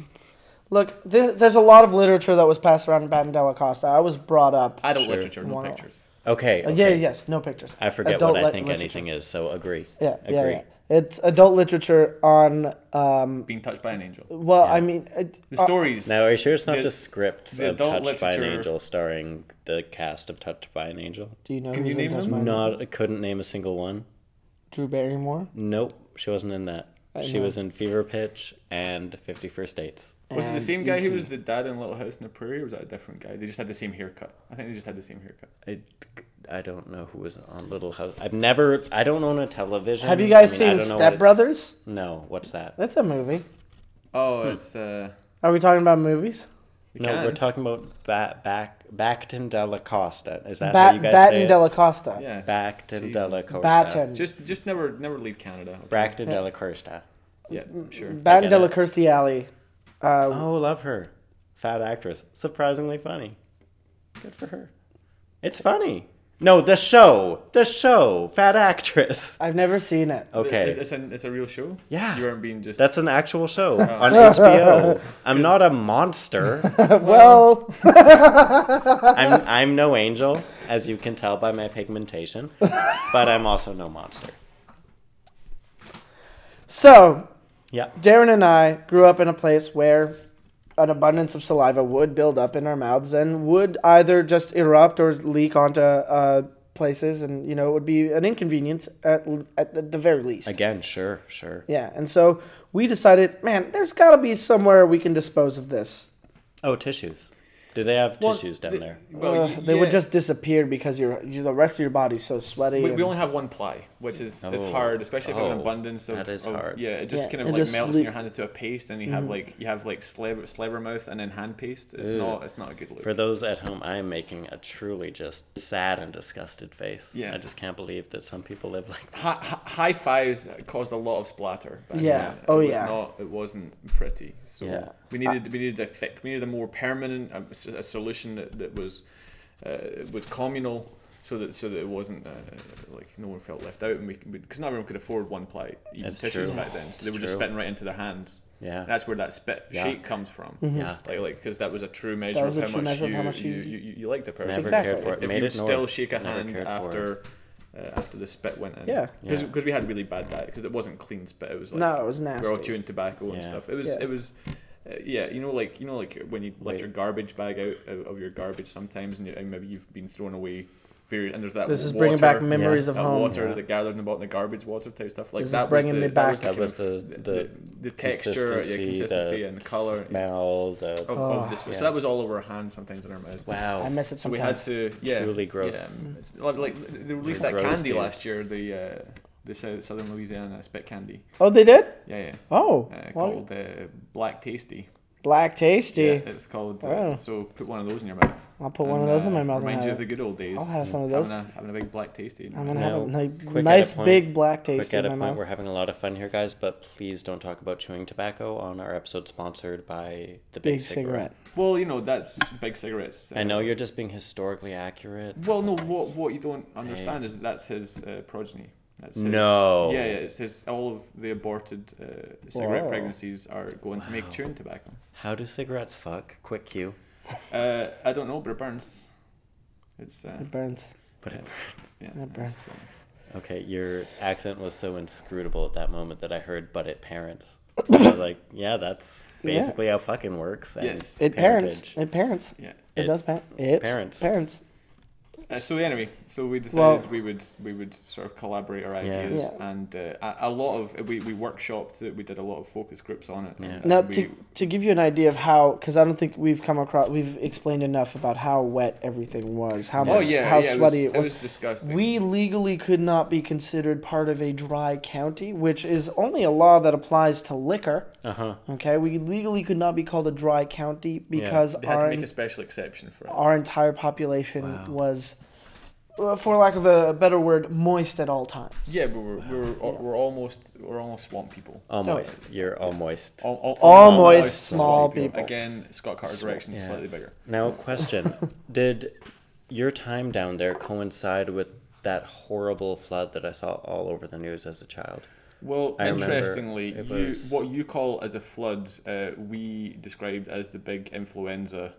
Look, there, there's a lot of literature that was passed around in Baden de la Costa. I was brought up.
adult
Sure.
literature, no
Wow.
pictures.
Okay.
Uh,
okay.
Yeah, yes, no pictures.
I forget
Adult
what I
lit-
think
literature.
anything is, so agree.
Yeah,
agree.
yeah, yeah. It's adult literature on. Um,
Being touched by an angel.
well, I mean, it,
The
uh,
stories.
Now, are you sure it's not
The-
just scripts
the
of Touched
adult
by an
literature-
Angel starring the cast of Touched by an Angel?
do you know
Can
who's
you
in
name
Touch
them?
My-
Not, I couldn't name a single one.
Drew Barrymore?
Nope, she wasn't in that.
I
She
know.
was in Fever Pitch and Fifty First Dates.
was it the
and
same guy who
E.T..
was the dad in Little House on the Prairie, or was that a different guy? They just had the same haircut. I think they just had the same haircut.
I, I don't know who was on Little House. I've never. I don't own a television.
Have you guys
I
seen
I don't know what
Step
it's-
Brothers?
No. What's that?
That's a movie. Hmm.
Oh, it's. Uh,
Are we talking about movies?
we
no,
can.
we're talking about ba- back Backton della Costa. Is that how
Bat,
you guys say
Batten
it?
de la Costa.
Yeah.
Backton della
Jesus.
Costa.
Batten.
Just, just never, never leave Canada. okay?
Backton della Costa.
Yeah, sure.
I
Batten
get
de la
it.
Kirstie Alley. Uh,
Oh, love her. Fat actress. Surprisingly funny. Good for her. It's funny. No, the show. The show. Fat actress.
I've never seen it.
Okay.
It's, it's, a, it's a real show.
Yeah.
You weren't being just.
That's an actual show on HBO. I'm not a monster.
*laughs*
*laughs*
well,
I'm I'm no angel, as you can tell by my pigmentation, but I'm also no monster.
so
Yeah.
Darren and I grew up in a place where an abundance of saliva would build up in our mouths and would either just erupt or leak onto uh, places, and you know it would be an inconvenience at at the- the very least.
Again, sure, sure.
Yeah, and so we decided, man, there's got to be somewhere we can dispose of this.
Oh, tissues. Do they have
Well,
tissues down
the-
there?
well,
Ugh,
Oh, y-
Uh, they would
yeah.
just disappear because your you, the rest of your body's so sweaty.
We,
and-
we only have one ply, which is, is
Oh.
hard, especially if you have an
Oh,
abundance of.
that is
of-
hard.
Yeah, it just
Yeah,
kind of
it
like
just
melts
le- Mm-hmm.
and you're handed to a paste, and you have like you have like slabber, slabber mouth and then hand paste. It's not it's not a good look.
For those at home, I am making a truly just sad and disgusted face.
Yeah.
I just can't believe that some people live like that.
Hi, hi- high fives caused a lot of splatter. back
Yeah.
then.
Oh,
it was
yeah.
Not, it wasn't pretty. So
Yeah.
we needed we needed a thick, we needed a more permanent um, s- a solution that, that uh, was uh, was communal so that so that it wasn't uh, like no one felt left out, and we because not everyone could afford one ply even
That's
tissues
true.
back then, so
It's
they were just
true.
spitting right into their hands.
Yeah.
that's where that spit
Yeah. Mm-hmm.
shake comes from.
Yeah.
like like because that was a true measure
was
of
a
how,
true
much
measure of
you,
how much
you,
you-
you you liked the person.
Never
Exactly.
cared for it.
If
Made
you
it north,
still shake a
never
hand
cared for it.
after uh, after the spit went in,
Yeah.
because
Yeah.
we had really bad diet because it wasn't clean spit. It was like
No, it was
we were all
nasty.
chewing tobacco and
Yeah.
stuff. It was
Yeah.
it was. Uh, yeah, you know, like you know, like when you let
Wait.
your garbage bag out of- of your garbage sometimes, and, you, and maybe you've been throwing away, various, and there's that.
This is
water,
bringing back memories
Yeah.
of
that
home.
water
Yeah.
that gathered in the bottom, the garbage water type stuff. Like
This is
that
bringing
was
me
the,
back.
That
That was
was the, kind
the-
of-
the
the texture, yeah, consistency,
the
and color
smell, the
of,
Oh,
of this.
yeah.
So that was all over our hands sometimes in our mouths.
wow.
I miss it
So we had
sometimes.
to, yeah,
really gross.
Yeah, it's like, like they released that
Gross
candy
dudes.
last year, the uh, the sou- Southern Louisiana spit candy.
Oh, they did?
Yeah, yeah.
Oh,
Uh,
well,
called uh, Black Tasty.
Black Tasty.
Yeah, it's called. Uh,
Oh.
So put one of those in your mouth. uh,
I'll put one of those in my mouth and
Reminds
have
you of the
it.
good old days.
I'll have some of
having
those.
a- Having a big black tasty. in your
I'm
mouth.
gonna
Now,
have a
quick
ni-
at
nice
a point-
big black
Quick
tasty
at a
in my
point,
mouth.
we're having a lot of fun here, guys, but please don't talk about chewing tobacco on our episode sponsored by the Big,
Big cigarette.
Well, you know that's big cigarettes. Uh,
I know you're just being historically accurate.
Well, no, what what you don't understand is that that's his uh, progeny. That's his,
No.
Yeah, yeah, it's his. All of the aborted uh, cigarette
Wow.
pregnancies are going to make chewing tobacco.
How do cigarettes fuck? Quick cue.
Uh, I don't know, but it burns. It's uh,
It burns.
But it
Yeah.
burns.
yeah,
it burns.
it's, uh,
Okay, your accent was so inscrutable at that moment that I heard, but it
*coughs*
parents. I was like, yeah, that's
Yeah.
basically how fucking works. and
Yes.
It parents.
parentage.
It parents.
yeah.
It,
It-
does parent. It
parents.
Parents.
Uh, so anyway, so we decided
Well-
we would we would sort of collaborate our
Yeah.
ideas
Yeah.
and uh, a, a lot of we, we workshopped it. We did a lot of focus groups on it.
Yeah.
and
Now,
we,
to, to give you an idea of how, because I don't think we've come across, we've explained enough about how wet everything was, how
oh
much,
yeah,
how
yeah,
sweaty
it was, it was disgusting.
We legally could not be considered part of a dry county, which is only a law that applies to liquor.
Uh huh.
Okay, we legally could not be called a dry county because
they had
our,
to make a special exception for us.
our entire population was, uh, for lack of a better word, moist at all times.
Yeah, but we're we're, we're almost we're almost swamp people.
Oh.
All moist. You're all moist.
Al- al-
Almost
small
people.
Again, Scott Carter's direction
yeah.
slightly bigger.
Now,
*laughs*
question: Did your time down there coincide with that horrible flood that I saw all over the news as a child?
Well,
I remember
interestingly,
it
you,
was-
what you call as a flood, uh, we described as the big influenza.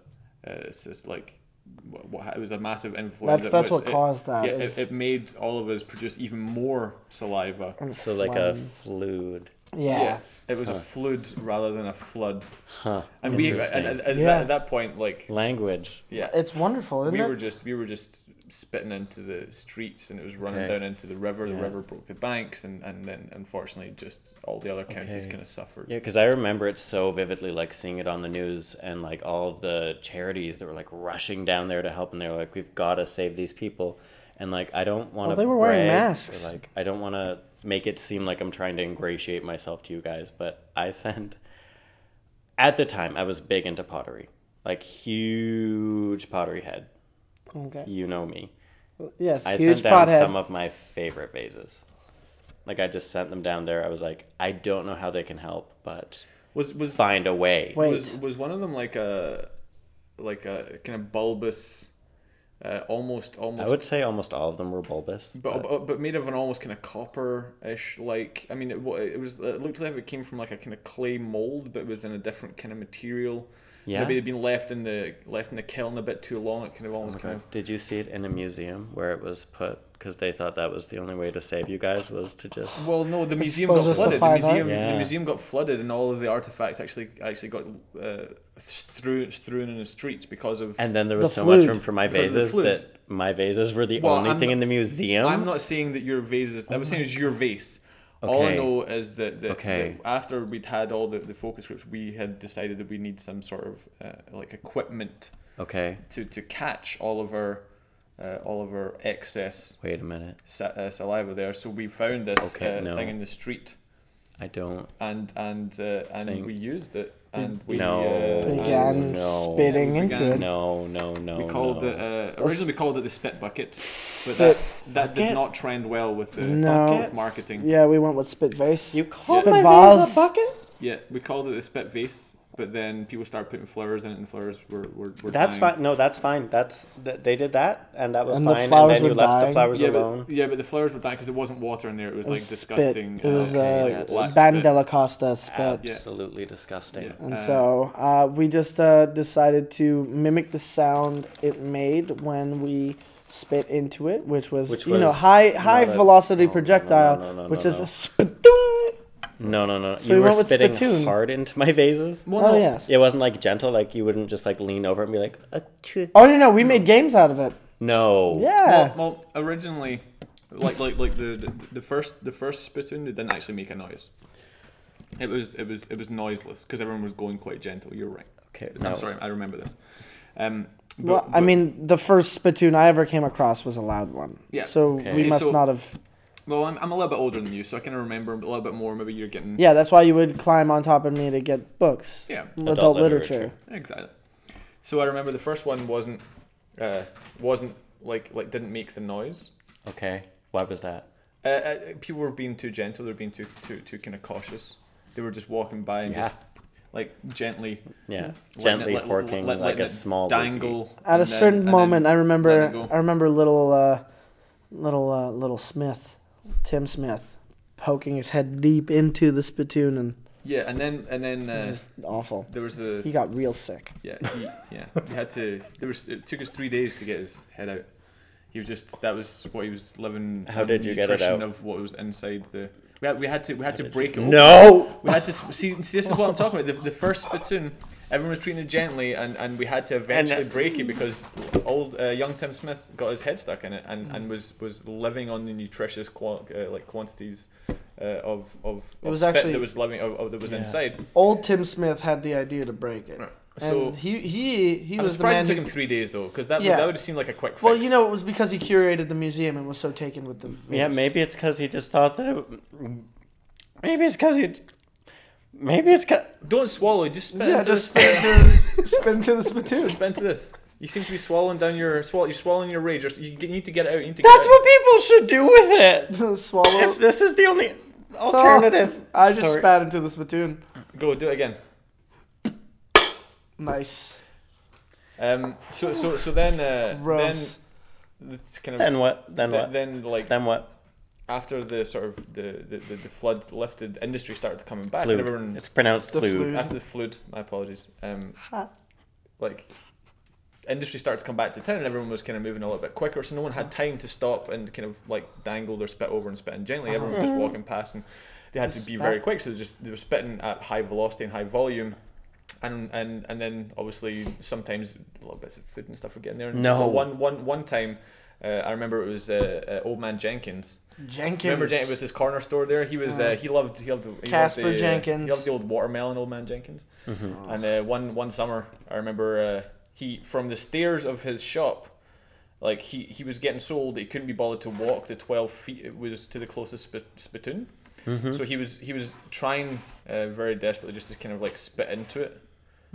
Uh, it's just like what, what, ha- it was a massive influenza.
that's
which
what caused that,
Yeah,
is-
it, it made all of us produce even more saliva.
So like a fluid.
yeah.
it was a flood rather than a flood.
Huh.
And we, and,
Interesting.
and, and
Yeah.
at that point, like,
Language.
yeah,
It's wonderful, isn't
we
it?
were just we were just spitting into the streets and it was running
Okay.
down into the river the
Yeah.
river broke the banks and and then unfortunately just all the other counties
Okay.
kind of suffered
Yeah, because I remember it so vividly, like seeing it on the news and like all of the charities that were like rushing down there to help, and they were like, "We've got to save these people," and like I don't want to.
Well, they were wearing masks.
like I don't want to make it seem like I'm trying to ingratiate myself to you guys, but I sent. At the time, I was big into pottery, like huge pottery head.
okay.
You know me.
Yes,
I
huge
sent down
pothead.
some of my favorite vases. Like I just sent them down there. I was like, I don't know how they can help, but
was was
find a way.
Wait.
was was one of them like a like a kind of bulbous uh, almost
I
almost
would say almost all of them were bulbous.
but, but but made of an almost kind of copper-ish like I mean it, wa- it was it looked like it came from like a kind of clay mold but it was in a different kind of material
Yeah.
maybe they'd been left in the left in the kiln a bit too long it kind of almost kind of
Did you see it in a museum where it was put? Because they thought that was the only way to save you guys was to just.
Well, no, the museum
Expose
got
us to
flooded. The
fire, huh?
museum,
Yeah.
the museum got flooded, and all of the artifacts actually actually got uh, through thrown in the streets because of.
And then there was
The
so
flute.
much room for my
Because of the
vases
flute.
that my vases were the
Well,
only
I'm
thing
not-
in the museum.
I'm not saying that your vase is. I was saying it's your vase. All I
Oh Okay.
know is that, that,
Okay.
that after we'd had all the, the focus groups, we had decided that we need some sort of uh, like equipment
Okay,
to, to catch all of our uh, all of our excess
wait a minute.
sa- uh, saliva there. So we found this
Okay,
uh,
no.
thing in the street.
I don't.
and and uh, and
Think-
we used it and we
No.
uh,
began
and
No.
spitting
We
into
began-
it.
No, no, no.
we called
no.
it uh, originally we called it the spit bucket but that, that did
bucket?
not trend well with the
No.
with marketing yeah.
Yeah, we went with spit vase.
You called
spit
my vase
vase.
a bucket?
we called it the spit vase But then people started putting flowers in it, and flowers were were, were
That's
dying.
fine. No, that's fine. That's th- they did that, and that was
And the
fine. and
flowers
then you
were
left the
dying.
flowers
Yeah,
alone.
but, yeah, but the flowers were dying because there wasn't water in there. It was,
It
like
was
disgusting.
Spit. It was
okay,
uh,
like
black spit.
Ban della Costa spit.
Absolutely disgusting.
Yeah.
And
Uh,
so uh, we just uh, decided to mimic the sound it made when we spit into it, which was
Which
you know
was
high
not
high
a-
velocity
no, no, no,
projectile,
no, no, no,
which
no,
is
no.
a spittoon.
No, no, no.
So
you
we
were
went with
spitting
spittoon.
hard into my vases.
Well,
Oh
no,
yes.
It wasn't like gentle. Like you wouldn't just like lean over and be like, Achoo.
Oh no, no, we made games out of it.
no.
Yeah.
Well, well, originally, like like like the, the the first the first spittoon it didn't actually make a noise. It was it was it was noiseless because everyone was going quite gentle. You're right.
Okay.
I'm
no.
sorry, I remember this. Um, but-
Well, I
but-
mean, the first spittoon I ever came across was a loud one.
Yeah.
So
Okay.
we
Okay,
must
so-
not have.
well, I'm, I'm a little bit older than you, so I can remember a little bit more. Maybe you're getting
Yeah, that's why you would climb on top of me to get books,
yeah.
adult,
Adult
literature.
literature.
Exactly. So I remember the first one wasn't uh, wasn't like like didn't make the noise.
Okay. Why was that?
Uh, uh, people were being too gentle. They were being too too too kind of cautious. They were just walking by and just like gently,
Yeah.
letting
Gently
it- let-
horking like
let- letting
a
it
small baby.
dangle.
At a
and then-
certain
and then-
moment, I remember
let it go.
I remember little uh, little uh, little Smith, Tim Smith, poking his head deep into the spittoon, and
yeah, and then and then
it
uh,
was awful.
there was the
He got real sick.
Yeah, he, yeah. He had to. There was. It took us three days to get his head out. He was just. That was what he was living.
How
on
did you get it
nutrition
out?
Of what was inside the. We had, we had to. We had to break it. open.
No.
We had to. s- See, see, this is what I'm talking about. The, the first spittoon. Everyone was treating it gently, and, and we had to
uh,
eventually break it because old uh, young Tim Smith got his head stuck in it, and,
Mm.
and was was living on the nutritious qual- uh, like quantities uh, of of.
It
of
was
spit
actually-
that was living of, of- that was
Yeah.
inside.
Old Tim Smith had the idea to break it,
So
he he he
I'm surprised it took him three days though, because that, would-
Yeah.
that would have seemed like a quick fix.
Well, you know, it was because he curated the museum and was so taken with the.
Yeah,
Venus.
maybe it's because he just thought that. It, maybe it's because he. Maybe it's because.
don't swallow. Just spit.
Yeah,
into
just
this,
spin to, spin to the *laughs* spittoon.
*laughs* Just spit into this. You seem to be swallowing down your swallow. You're swallowing your rage. You're, you need to get it out. You need to
That's
get it out.
what people should do with it.
*laughs* Swallow.
If this is the only alternative.
Oh, I just
Sorry.
spat into the spittoon.
Go do it again.
Nice.
Um. So so so then uh,
Gross.
then it's kind of
Then what? Then
then,
what?
then, like
Then what?
after the sort of the, the, the, the flood lifted, industry started coming back. And
Fluid.
everyone
It's pronounced
The
fluid.
fluid.
after the flood. My apologies. Um. Like. Industry started to come back to town, and everyone was kind of moving a little bit quicker, so no one had time to stop and kind of like dangle their spit over and spitting gently. Everyone was just walking past, and they had to be very
Spat.
quick. So they just they were spitting at high velocity and high volume, and and and then obviously sometimes little bits of food and stuff were getting there.
No.
But one one one time, uh, I remember it was uh, uh, old man Jenkins.
Jenkins.
Remember
*laughs*
Jenkins with his *laughs* corner store there? He was uh, he loved he loved he loved
Casper
the, uh,
Jenkins.
he loved the old watermelon old man Jenkins.
Oh,
And uh, one one summer, I remember uh, he from the stairs of his shop, like he he was getting so old that he couldn't be bothered to walk the twelve feet it was to the closest spit, spittoon. So he was he was trying uh, very desperately just to kind of like spit into it.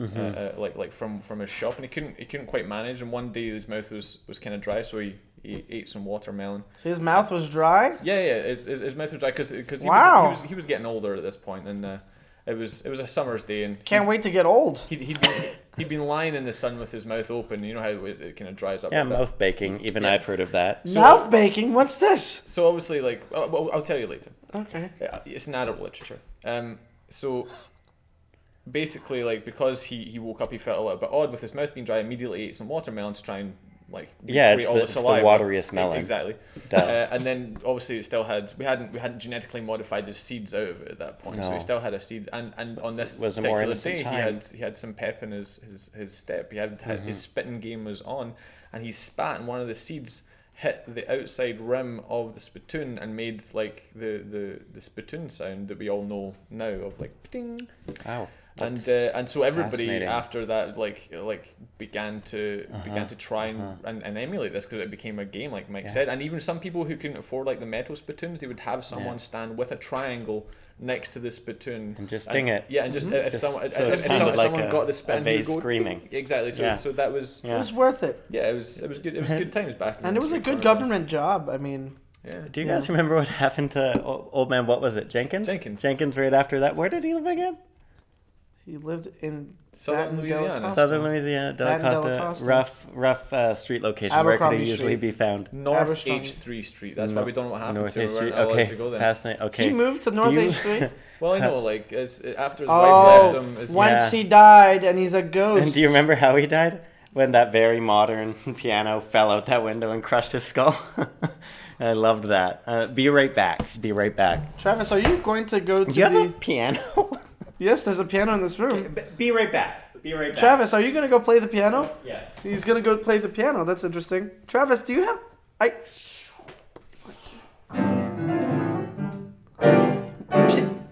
Uh, uh, like like from from his shop and he couldn't he couldn't quite manage and one day his mouth was was kind of dry so he, he ate some watermelon
His mouth was dry.
yeah, yeah, his, his, his mouth was dry because because he,
Wow.
was, he was he was getting older at this point, and uh, it was it was a summer's day, and
Can't wait to get old.
he he'd been, he'd been lying in the sun with his mouth open. You know how it, it kind of dries up.
Yeah,
like that.
mouth baking. Even I've heard of that.
mouth baking. What's this?
So obviously, like, oh, well, I'll tell you later.
Okay.
Yeah, it's an adult literature. Um, so basically, like, because he he woke up, he felt a little bit odd with his mouth being dry. Immediately ate some watermelon to try and like
Yeah,
recreate
it's
all
the-
the
it's the
saliva. E,
wateriest melon.
Exactly.
Duh.
Uh, and then obviously it still had we hadn't we hadn't genetically modified the seeds out of it at that point, so
No.
he still had a seed. And and on this
was a more
particular
innocent
day, he
time.
had he had some pep in his his, his step. He had, had
Mm-hmm.
his spitting game was on, and he spat, and one of the seeds hit the outside rim of the spittoon and made like the the, the spittoon sound that we all know now of like ding.
Wow.
And
that's
uh, and so everybody
fascinating. Uh-huh.
after that like like began to began to try and, and, and emulate this because it became a game like Mike said and even some people who couldn't afford like the metal spittoons they would have someone stand with a triangle next to the spittoon
And just ding it.
yeah and just if
Just
someone if,
so it
if
sounded
someone,
like
someone
a-
got the
a
spit and he
vase
would go,
screaming.
"Ding." exactly so,
Yeah.
so that was
It
Yeah.
was worth it.
yeah, it was it was good. It was
*laughs*
good times back. in
And it was a good
Scotland.
government job. I mean,
Yeah.
Do you
Yeah.
guys remember what *laughs* happened to o- old man? What was it? Jenkins.
Jenkins.
Jenkins. Right after that, where did he live again?
He lived in
Southern
Baton
Louisiana.
Delacosta.
Southern Louisiana, Dela
Baton Dela
Costa,
Costa.
rough, rough uh, street location. Where could
Abercrombie
it usually be
Street.
found?
North
Aberstrong.
H3 Street. That's why we don't know what happened
North
to her.
H
We
Street.
weren't allowed
Okay,
to oh, go there.
past night. Okay.
He moved to
Do
North
you-
H Street.
Well, I know, like, it's, it, after his wife
Oh,
left him, his
once
Yeah.
he died, and he's a
*laughs*
ghost.
And do you remember how he died? When that very modern *laughs* piano fell out that window and crushed his skull. *laughs* I loved that. Uh, be right back. Be right back.
Travis, are you going to go to
Do you have
the?
a piano? *laughs*
Yes, there's a piano in this room.
be right back. Be right back.
Travis, are you gonna go play the piano?
Yeah.
He's gonna go play the piano. That's interesting. Travis, do you have? I. P-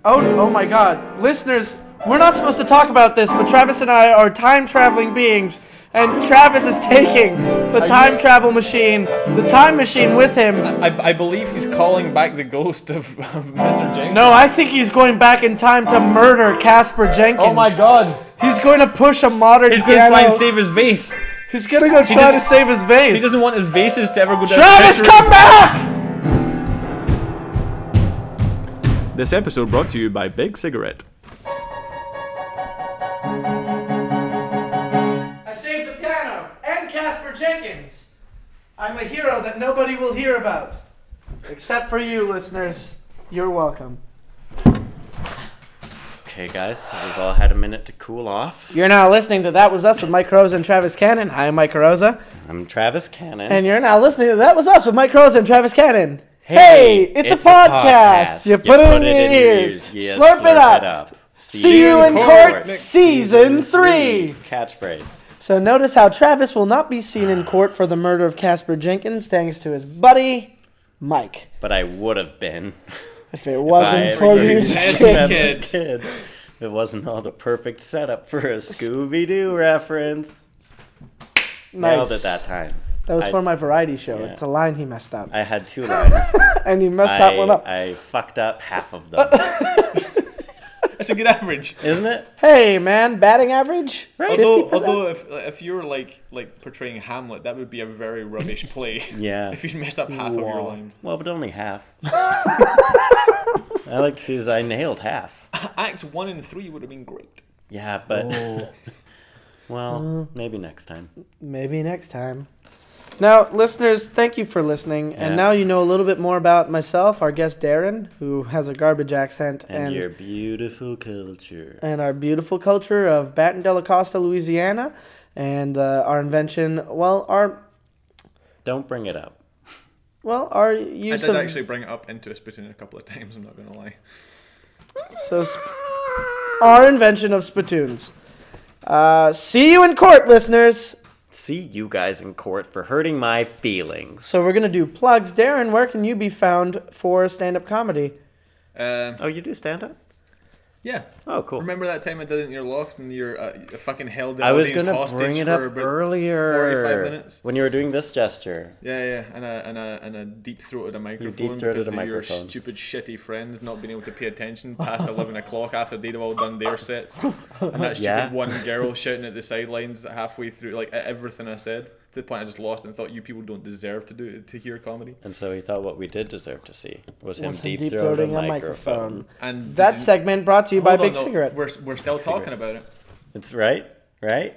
Oh, oh my God, listeners, we're not supposed to talk about this, but Travis and I are time traveling beings, and Travis is taking the
you-
time travel machine, the time machine with him.
I, I believe he's calling back the ghost of, of Mr. Jenkins.
No, I think he's going back in time to murder Casper Jenkins.
Oh my god!
He's going to push a modern
He's gonna
piano.
try and save his vase.
He's gonna go try to
doesn't-
save his vase.
He doesn't want his vases to ever go down.
Travis,
Mr.
come back!
This episode brought to you by Big Cigarette.
I saved the piano and Casper Jenkins. I'm a hero that nobody will hear about. Except for you, listeners. You're welcome.
Okay, guys. So we've all had a minute to cool off.
You're now listening to That Was Us with Mike Rosa and Travis Cannon. Hi, I'm Mike Rosa.
I'm Travis Cannon.
And you're now listening to That Was Us with Mike Rosa and Travis Cannon. Hey,
Hey,
it's,
it's
a,
a
podcast.
podcast.
You,
You
put, it in your ears.
Yeah,
slurp, it up.
See,
See you in
court.
court, season three.
Catchphrase.
So notice how Travis will not be seen in court for the murder of Casper Jenkins thanks to his buddy, Mike.
But I would have been.
If it *laughs* wasn't
Bye,
for
everybody. *laughs*
these
Thank
*laughs*
you,
kids.
Kevin.
Kids. Kids. It wasn't all the perfect setup for a Scooby Doo reference. Nailed it that time.
That was
I-
for my variety show.
yeah.
It's a line he messed up.
I had two lines.
*laughs* and he messed
I,
that one up.
I fucked up half of them.
That's a good average.
Isn't it?
hey, man, batting average?
Although,
50%?
although if if you were like like portraying Hamlet, that would be a
*laughs*
very rubbish play.
Yeah.
If you messed up half of your
Wow.
lines.
Well, but only half. *laughs* I like to see is I nailed half.
Act one and three would have been great.
Yeah, but Oh. *laughs* well, maybe next time.
Maybe next time. Now, listeners, thank you for listening. And
Yeah.
now you know a little bit more about myself, our guest Darren, who has a garbage accent,
And,
and
your beautiful culture.
and our beautiful culture of Baton Della Costa, Louisiana, and uh, our invention. Well, our
Don't bring it up.
well, our
I
use
did
of
actually bring it up into a spittoon a couple of times. I'm not gonna lie.
so sp- our invention of spittoons. Uh, see you in court, listeners.
See you guys in court for hurting my feelings.
So we're gonna do plugs. Darren, where can you be found for stand-up comedy?
Um,
Oh, you do stand up?
yeah.
Oh, cool.
Remember that time I did it in your loft and you're uh, fucking held the
I was
audience
gonna
hostage
bring it
for
up
about
earlier.
45 minutes.
When you were doing this gesture.
Yeah, yeah, and a and a and a deep throated a microphone
deep-throated a
because of your
microphone.
stupid shitty friends not being able to pay attention past eleven o'clock after they'd have all done their sets, and that stupid
Yeah.
one girl shouting at the sidelines halfway through like at everything I said to the point I just lost and thought you people don't deserve to do to hear comedy.
And so he thought what we did deserve to see was him
Was him
deep throating a
deep-throating
microphone.
And did
That
you-
segment brought to you by
Hold on,
Big
though,
Cigarette.
We're we're still talking about it.
It's right, right.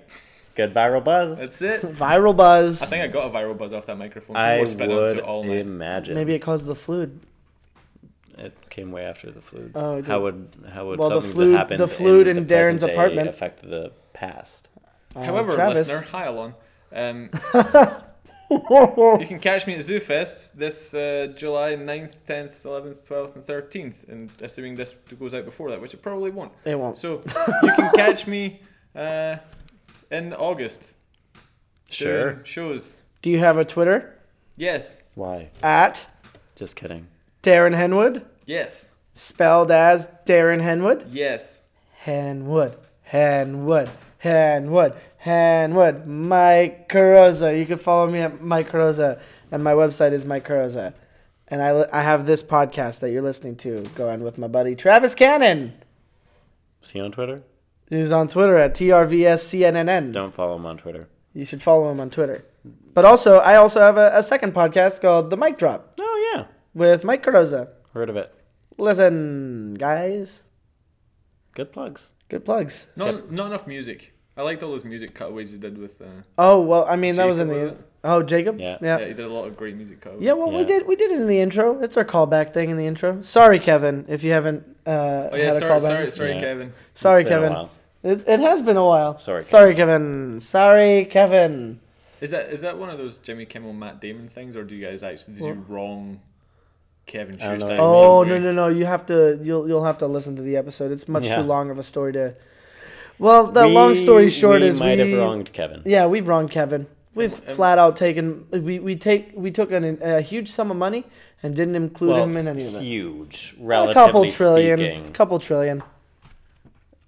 Good viral buzz.
That's it.
Viral buzz.
I think I got a viral buzz off that microphone.
I
People were spitting onto
would
it all night.
imagine.
Maybe it caused the flu.
It came way after the flu.
Oh, it
how
did.
would how would
Well, the
something
flu-
that happened
the flu
in,
in
the present
Darren's
day
apartment.
affect the past?
Uh,
However,
Travis. *laughs*
listener, hi Alon. Um, You can catch me at ZooFest this uh, July 9th, 10th, 11th, 12th, and 13th, and assuming this goes out before that, which it probably won't.
It won't.
So you can catch me uh, in August doing
Sure.
shows.
Do you have a Twitter?
Yes,
Why?
At
Just kidding.
Darren Henwood,
yes,
spelled as Darren Henwood.
yes.
Henwood, Henwood, Henwood, Henwood. Mike Carosa. You can follow me at Mike Carosa, and my website is Mike Carosa. And I, li- I have this podcast that you're listening to going with my buddy Travis Cannon,
See you on Twitter.
who's on Twitter at TRVSCNNN.
Don't follow him on Twitter.
You should follow him on Twitter. But also, I also have a, a second podcast called The Mic Drop
Oh yeah,
with Mike Carosa.
heard of it.
Listen, guys.
Good plugs.
Good plugs.
Not not enough music. I liked all those music cutaways he did with. Uh,
Oh well, I mean that was in
Jacob,
the
was it?
oh Jacob.
Yeah.
yeah.
yeah.
he did a lot of great music cutaways.
Yeah, well, we
Yeah.
did we did it in the intro. It's our callback thing in the intro. Sorry, Kevin, if you haven't uh,
oh yeah,
had a
sorry,
callback.
sorry, sorry,
Yeah.
Kevin.
Sorry,
It's been a
Kevin.
while.
It, it has been a while.
Sorry,
sorry, Kevin. Sorry, Kevin.
Is that is that one of those Jimmy Kimmel, Matt Damon things, or do you guys actually did you wrong Kevin
I don't know.
Schuster?
Oh no no no! You have to you'll you'll have to listen to the episode. It's much
Yeah.
too long of a story to. Well, the long story
We-
short
we
is
might
we
have wronged Kevin.
yeah we've wronged Kevin. We've
Um, um,
flat out taken we, we take we took an, a huge sum of money and didn't include
Well,
him in any of it.
huge,
A
relatively
couple trillion,
speaking.
couple trillion.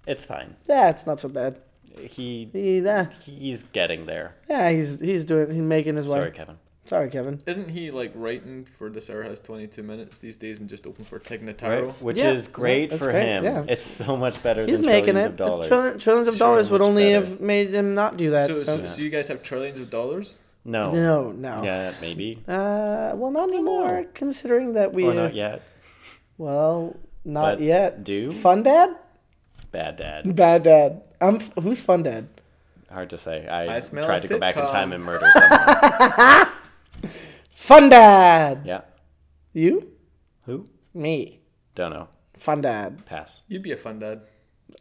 It's fine.
Yeah, it's not so bad.
He
He, yeah,
he's getting there.
yeah, he's he's doing he's making his way.
Sorry,
Sorry,
Kevin.
Kevin.
Isn't he like writing for this hour has 22 minutes these days and just open for Tignataro?
Right? Which
Yeah,
is great
yeah, that's
for
great,
him.
yeah.
It's so much better
He's
than
making
trillions
it.
of
It's
dollars.
trillion, trillions of dollars
So
would
much
only
better.
have made him not do that.
So,
so-
so, so you guys have trillions of dollars?
no.
No, no.
Yeah, maybe.
Uh, well, not anymore. Considering that we
Or not yet.
well, not
But
yet.
do?
fun dad,
Bad dad.
bad dad. I'm f- who's fun dad?
Hard to say. I,
I smell a
tried to go back in
sitcom.
time and murder
*laughs*
someone.
Fun dad.
yeah.
You,
Who?
me,
Don't know.
fun dad.
Pass.
You'd be a
*laughs*
fun dad.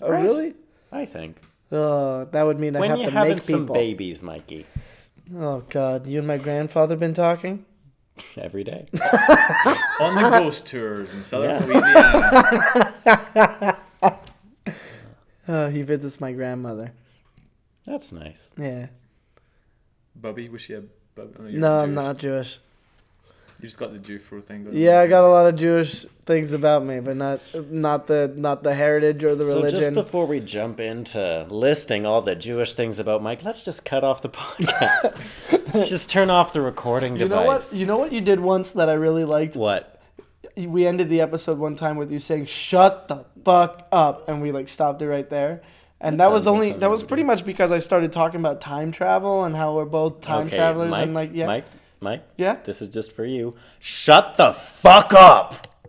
Oh,
Right.
really?
I think.
Oh, that would mean I
When
have
you
to
having
make
some
people.
babies, Mikey,
oh God, you and my grandfather been talking?
every
*laughs*
day.
On the ghost tours in southern
Yeah.
Louisiana.
Oh, he visits my grandmother.
That's nice.
Yeah.
Bubby, was she a bub? oh, you're
No, I'm
Jewish.
not Jewish.
You just got the Jew fro thing going.
Yeah, I
on.
got a lot of Jewish things about me, but not not the not the heritage or the
So just
religion.
before we jump into listing all the Jewish things about Mike, let's just cut off the *laughs* podcast. let's just turn off the recording
you
device.
know what? You know what you did once that I really liked.
What?
We ended the episode one time with you saying "Shut the fuck up," and we like stopped it right there. And that,
sounds
was
like
only
something
that was
we
pretty much because I started talking about time travel and how we're both time
okay,
travelers
Mike,
and like yeah
Mike, Mike.
yeah.
This is just for you. Shut the fuck up.